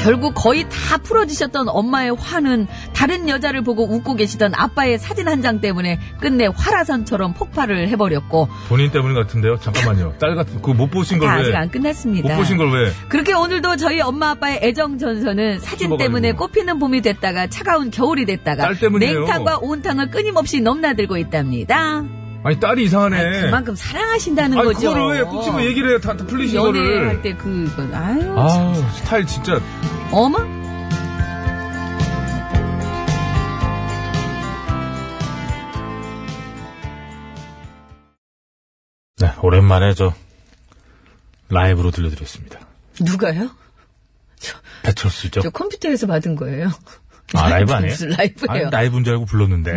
S2: 결국 거의 다 풀어지셨던 엄마의 화는 다른 여자를 보고 웃고 계시던 아빠의 사진 한 장 때문에 끝내 활화산처럼 폭발을 해버렸고
S1: 본인 때문 같은데요. 잠깐만요. 딸 같은 그 못 보신
S2: 다
S1: 걸
S2: 아직
S1: 왜?
S2: 안 끝났습니다.
S1: 못 보신 걸 왜?
S2: 그렇게 오늘도 저희 엄마 아빠의 애정 전선은 사진
S1: 씹어가지고.
S2: 때문에 꽃피는 봄이 됐다가 차가운 겨울이 됐다가
S1: 딸 때문이에요.
S2: 냉탕과 온탕을 끊임없이 넘나들고 있답니다.
S1: 아니 딸이 이상하네.
S2: 그만큼 사랑하신다는
S1: 아니,
S2: 거죠. 어.
S1: 그거를 왜 꼽치고 얘기를 해요? 다, 다 풀리신 거를.
S2: 연애할 때 그건 아유
S1: 아 스타일 진짜
S2: 어머
S1: 네, 오랜만에 저 라이브로 들려드렸습니다.
S2: 누가요?
S1: 배철수죠.
S2: 저 컴퓨터에서 받은 거예요.
S1: 아 라이브 아니에요?
S2: 무슨 라이브예요?
S1: 아, 라이브인 줄 알고 불렀는데.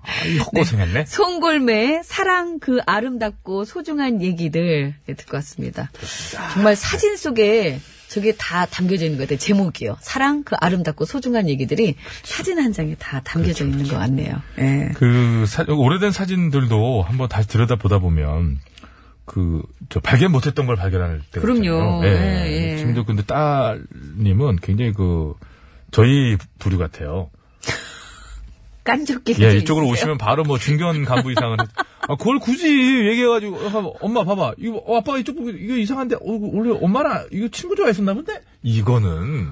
S1: 아, 헛고생했네.
S2: 송골매의 사랑 그 아름답고 소중한 얘기들 네, 듣고 왔습니다. 아, 네. 정말 사진 속에 저게 다 담겨져 있는 것 같아요. 제목이요. 사랑 그 아름답고 소중한 얘기들이 사진 한 장에 다 담겨져 있는 것 같네요. 예.
S1: 그 사- 오래된 사진들도 한번 다시 들여다 보다 보면 그 저 발견 못했던 걸 발견할 때. 있잖아요.
S2: 그럼요. 예, 예.
S1: 지금도 근데 딸님은 굉장히 그 저희 부류 같아요.
S2: 깐족게
S1: 예, 이쪽으로 오시면 바로 뭐 중견 간부 이상은. 아, 그걸 굳이 얘기해가지고, 어, 엄마 봐봐. 이거, 어, 아빠가 이쪽 보고, 이거 이상한데, 어, 이거 원래 엄마랑, 이거 친구 좋아했었나 본데? 이거는,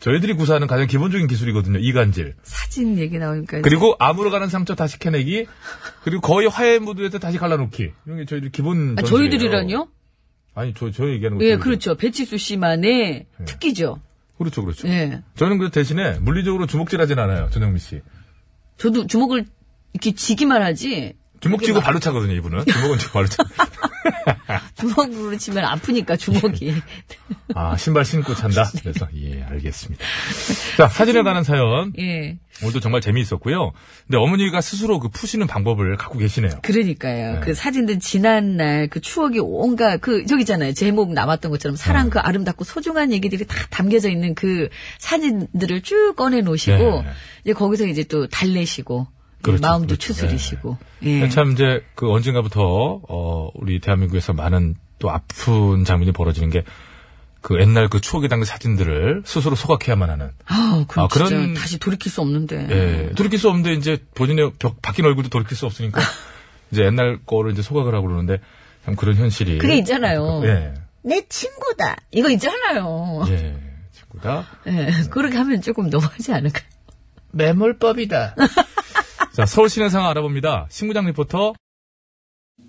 S1: 저희들이 구사하는 가장 기본적인 기술이거든요. 이간질.
S2: 사진 얘기 나오니까
S1: 그리고 암으로 가는 상처 다시 캐내기. 그리고 거의 화해 무드에서 다시 갈라놓기. 이런 게 저희들 기본.
S2: 아,
S1: 전술이에요.
S2: 저희들이라뇨?
S1: 아니, 저, 저 얘기하는 거.
S2: 예, 그렇죠. 배치수 씨만의 특기죠.
S1: 그렇죠, 그렇죠.
S2: 예.
S1: 저는 그 대신에 물리적으로 주먹질 하진 않아요. 전영미 씨.
S2: 저도 주먹을 이렇게 지기만 하지
S1: 주먹 쥐고 발로 차거든요, 이분은. 주먹은 쥐고 발로 차.
S2: 주먹으로 치면 아프니까 주먹이.
S1: 아, 신발 신고 찬다?
S2: 네.
S1: 그래서, 예, 알겠습니다. 자, 사진에 관한 사연.
S2: 예.
S1: 오늘도 정말 재미있었고요. 근데 어머니가 스스로 그 푸시는 방법을 갖고 계시네요.
S2: 그러니까요.
S1: 네.
S2: 그 사진들 지난 날 그 추억이 온갖 그 저기 있잖아요. 제목 남았던 것처럼
S1: 네.
S2: 사랑 그 아름답고 소중한 얘기들이 다 담겨져 있는 그 사진들을 쭉 꺼내 놓으시고
S1: 네.
S2: 이제 거기서 이제 또 달래시고
S1: 그렇죠,
S2: 마음도
S1: 그렇죠.
S2: 추스리시고. 예.
S1: 참 이제 그 언젠가부터 어, 우리 대한민국에서 많은 또 아픈 장면이 벌어지는 게 그 옛날 그 추억의 당시 사진들을 스스로 소각해야만 하는.
S2: 아, 그럼
S1: 아, 그런-
S2: 진짜 다시 돌이킬 수 없는데.
S1: 예. 돌이킬 수 없는데 이제 본인의 벽- 바뀐 얼굴도 돌이킬 수 없으니까 이제 옛날 거를 이제 소각을 하고 그러는데 참 그런 현실이.
S2: 그게 있잖아요.
S1: 예.
S2: 내 친구다. 이거 있잖아요.
S1: 예. 친구다.
S2: 예. 그렇게 하면 조금 너무하지 않을까?
S4: 매몰법이다.
S1: 자, 서울 시내 상황 알아봅니다. 신구장 리포터.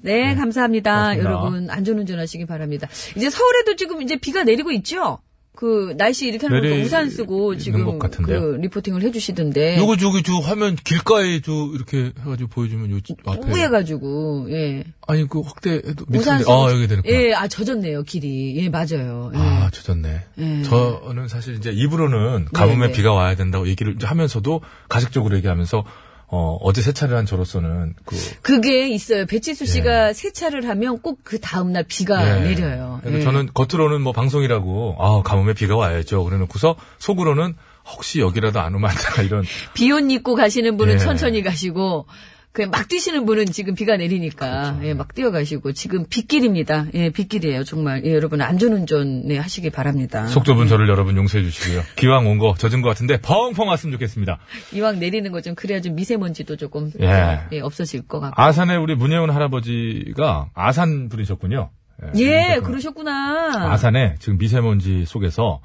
S2: 네, 감사합니다.
S1: 고맙습니다.
S2: 여러분, 안전운전 하시기 바랍니다. 이제 서울에도 지금 이제 비가 내리고 있죠? 그, 날씨 이렇게 하는 거
S1: 내리-
S2: 우산 쓰고
S1: 있는
S2: 지금
S1: 것 같은데요.
S2: 그 리포팅을 해주시던데.
S1: 요거 저기 저 화면 길가에 저 이렇게 해가지고 보여주면 요 앞에
S2: 그 뿌해가지고, 예.
S1: 아니 그 확대해도
S2: 우산
S1: 밑에
S2: 쓰고.
S1: 아 여기 되는 구나
S2: 예, 아, 젖었네요, 길이. 예, 맞아요. 예.
S1: 아 젖었네.
S2: 예.
S1: 저는 사실 이제 입으로는 가뭄에
S2: 네.
S1: 비가 와야 된다고 얘기를 하면서도 가식적으로 얘기하면서 어 어제 세차를 한 저로서는 그
S2: 그게 있어요. 배치수 씨가 세차를 하면 꼭 그 다음날 비가
S1: 예.
S2: 내려요.
S1: 그래서
S2: 예.
S1: 저는 겉으로는 뭐 방송이라고 아 가뭄에 비가 와야죠. 그래놓고서 속으로는 혹시 여기라도 안 오면 안 되나 이런
S2: 비옷 입고 가시는 분은
S1: 예.
S2: 천천히 가시고 그냥 막 뛰시는 분은 지금 비가 내리니까
S1: 그렇죠.
S2: 예, 막 뛰어가시고 지금 빗길입니다. 예, 빗길이에요. 정말 예, 여러분 안전운전 네, 하시기 바랍니다.
S1: 속 좁은 저를 여러분 용서해 주시고요. 기왕 온 거 젖은 거 같은데 펑펑 왔으면 좋겠습니다.
S2: 이왕 내리는 거 좀 그래야 좀 미세먼지도 조금
S1: 예.
S2: 예, 없어질 것 같고.
S1: 아산에 우리 문예훈 할아버지가 아산 분이셨군요.
S2: 예,
S1: 그러셨군요.
S2: 그러셨구나.
S1: 아산에 지금 미세먼지 속에서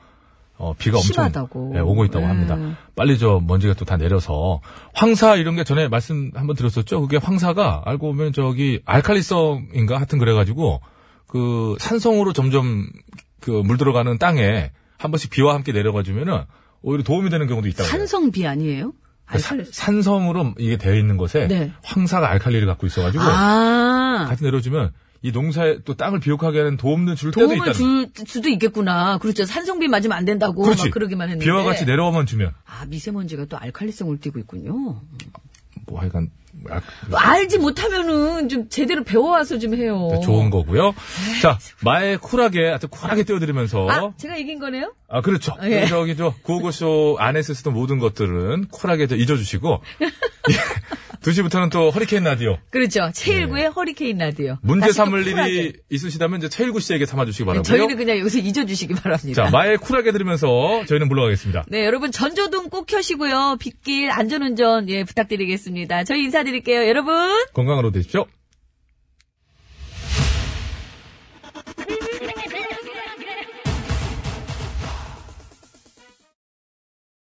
S1: 어, 비가 엄청
S2: 심하다고.
S1: 예, 오고 있다고
S2: 예.
S1: 합니다. 빨리 저 먼지가 또 다 내려서 황사 이런 게 전에 말씀 한번 드렸었죠. 그게 황사가 알고 보면 저기 알칼리성인가 하여튼 그래가지고 그 산성으로 점점 그 물 들어가는 땅에 한 번씩 비와 함께 내려가주면은 오히려 도움이 되는 경우도 있다고. 해요. 그러니까
S2: 산성비 아니에요?
S1: 사-
S2: 알칼리.
S1: 산성으로 이게 되어 있는 것에
S2: 네.
S1: 황사가 알칼리를 갖고 있어가지고
S2: 아.
S1: 같이 내려주면 이 농사에 또 땅을 비옥하게 하는 도움을 줄 때도
S2: 도움을
S1: 있다.
S2: 줄 수도 있겠구나. 그렇죠. 산성비 맞으면 안 된다고
S1: 그렇지.
S2: 막 그러기만 했는데.
S1: 비와 같이 내려와만 주면
S2: 아, 미세먼지가 또 알칼리성을 띠고 있군요.
S1: 뭐 하여간 아,
S2: 알지 못하면은 좀 제대로 배워와서 좀 해요.
S1: 네, 좋은 거고요. 자 마에 쿨하게 아주 쿨하게 띄워드리면서
S2: 아, 제가 이긴 거네요?
S1: 아, 그렇죠.
S2: 예.
S1: 저기 저 구호고쇼 안에 쓰던 모든 것들은 쿨하게 저 잊어주시고 예. 2시부터는 또 허리케인 라디오.
S2: 그렇죠. 최일구의 허리케인 라디오.
S1: 네. 문제
S2: 다시 또
S1: 삼을
S2: 쿨하게. 네,
S1: 일이 있으시다면 이제 최일구 씨에게 삼아주시기 바라고요.
S2: 저희는 그냥 여기서 잊어주시기 바랍니다.
S1: 자, 뭐. 마에 쿨하게 들으면서 저희는 물러가겠습니다.
S2: 네, 여러분 전조등 꼭 켜시고요. 빗길 안전운전 예 부탁드리겠습니다. 저희 인사드릴게요, 여러분.
S1: 건강으로 되십시오.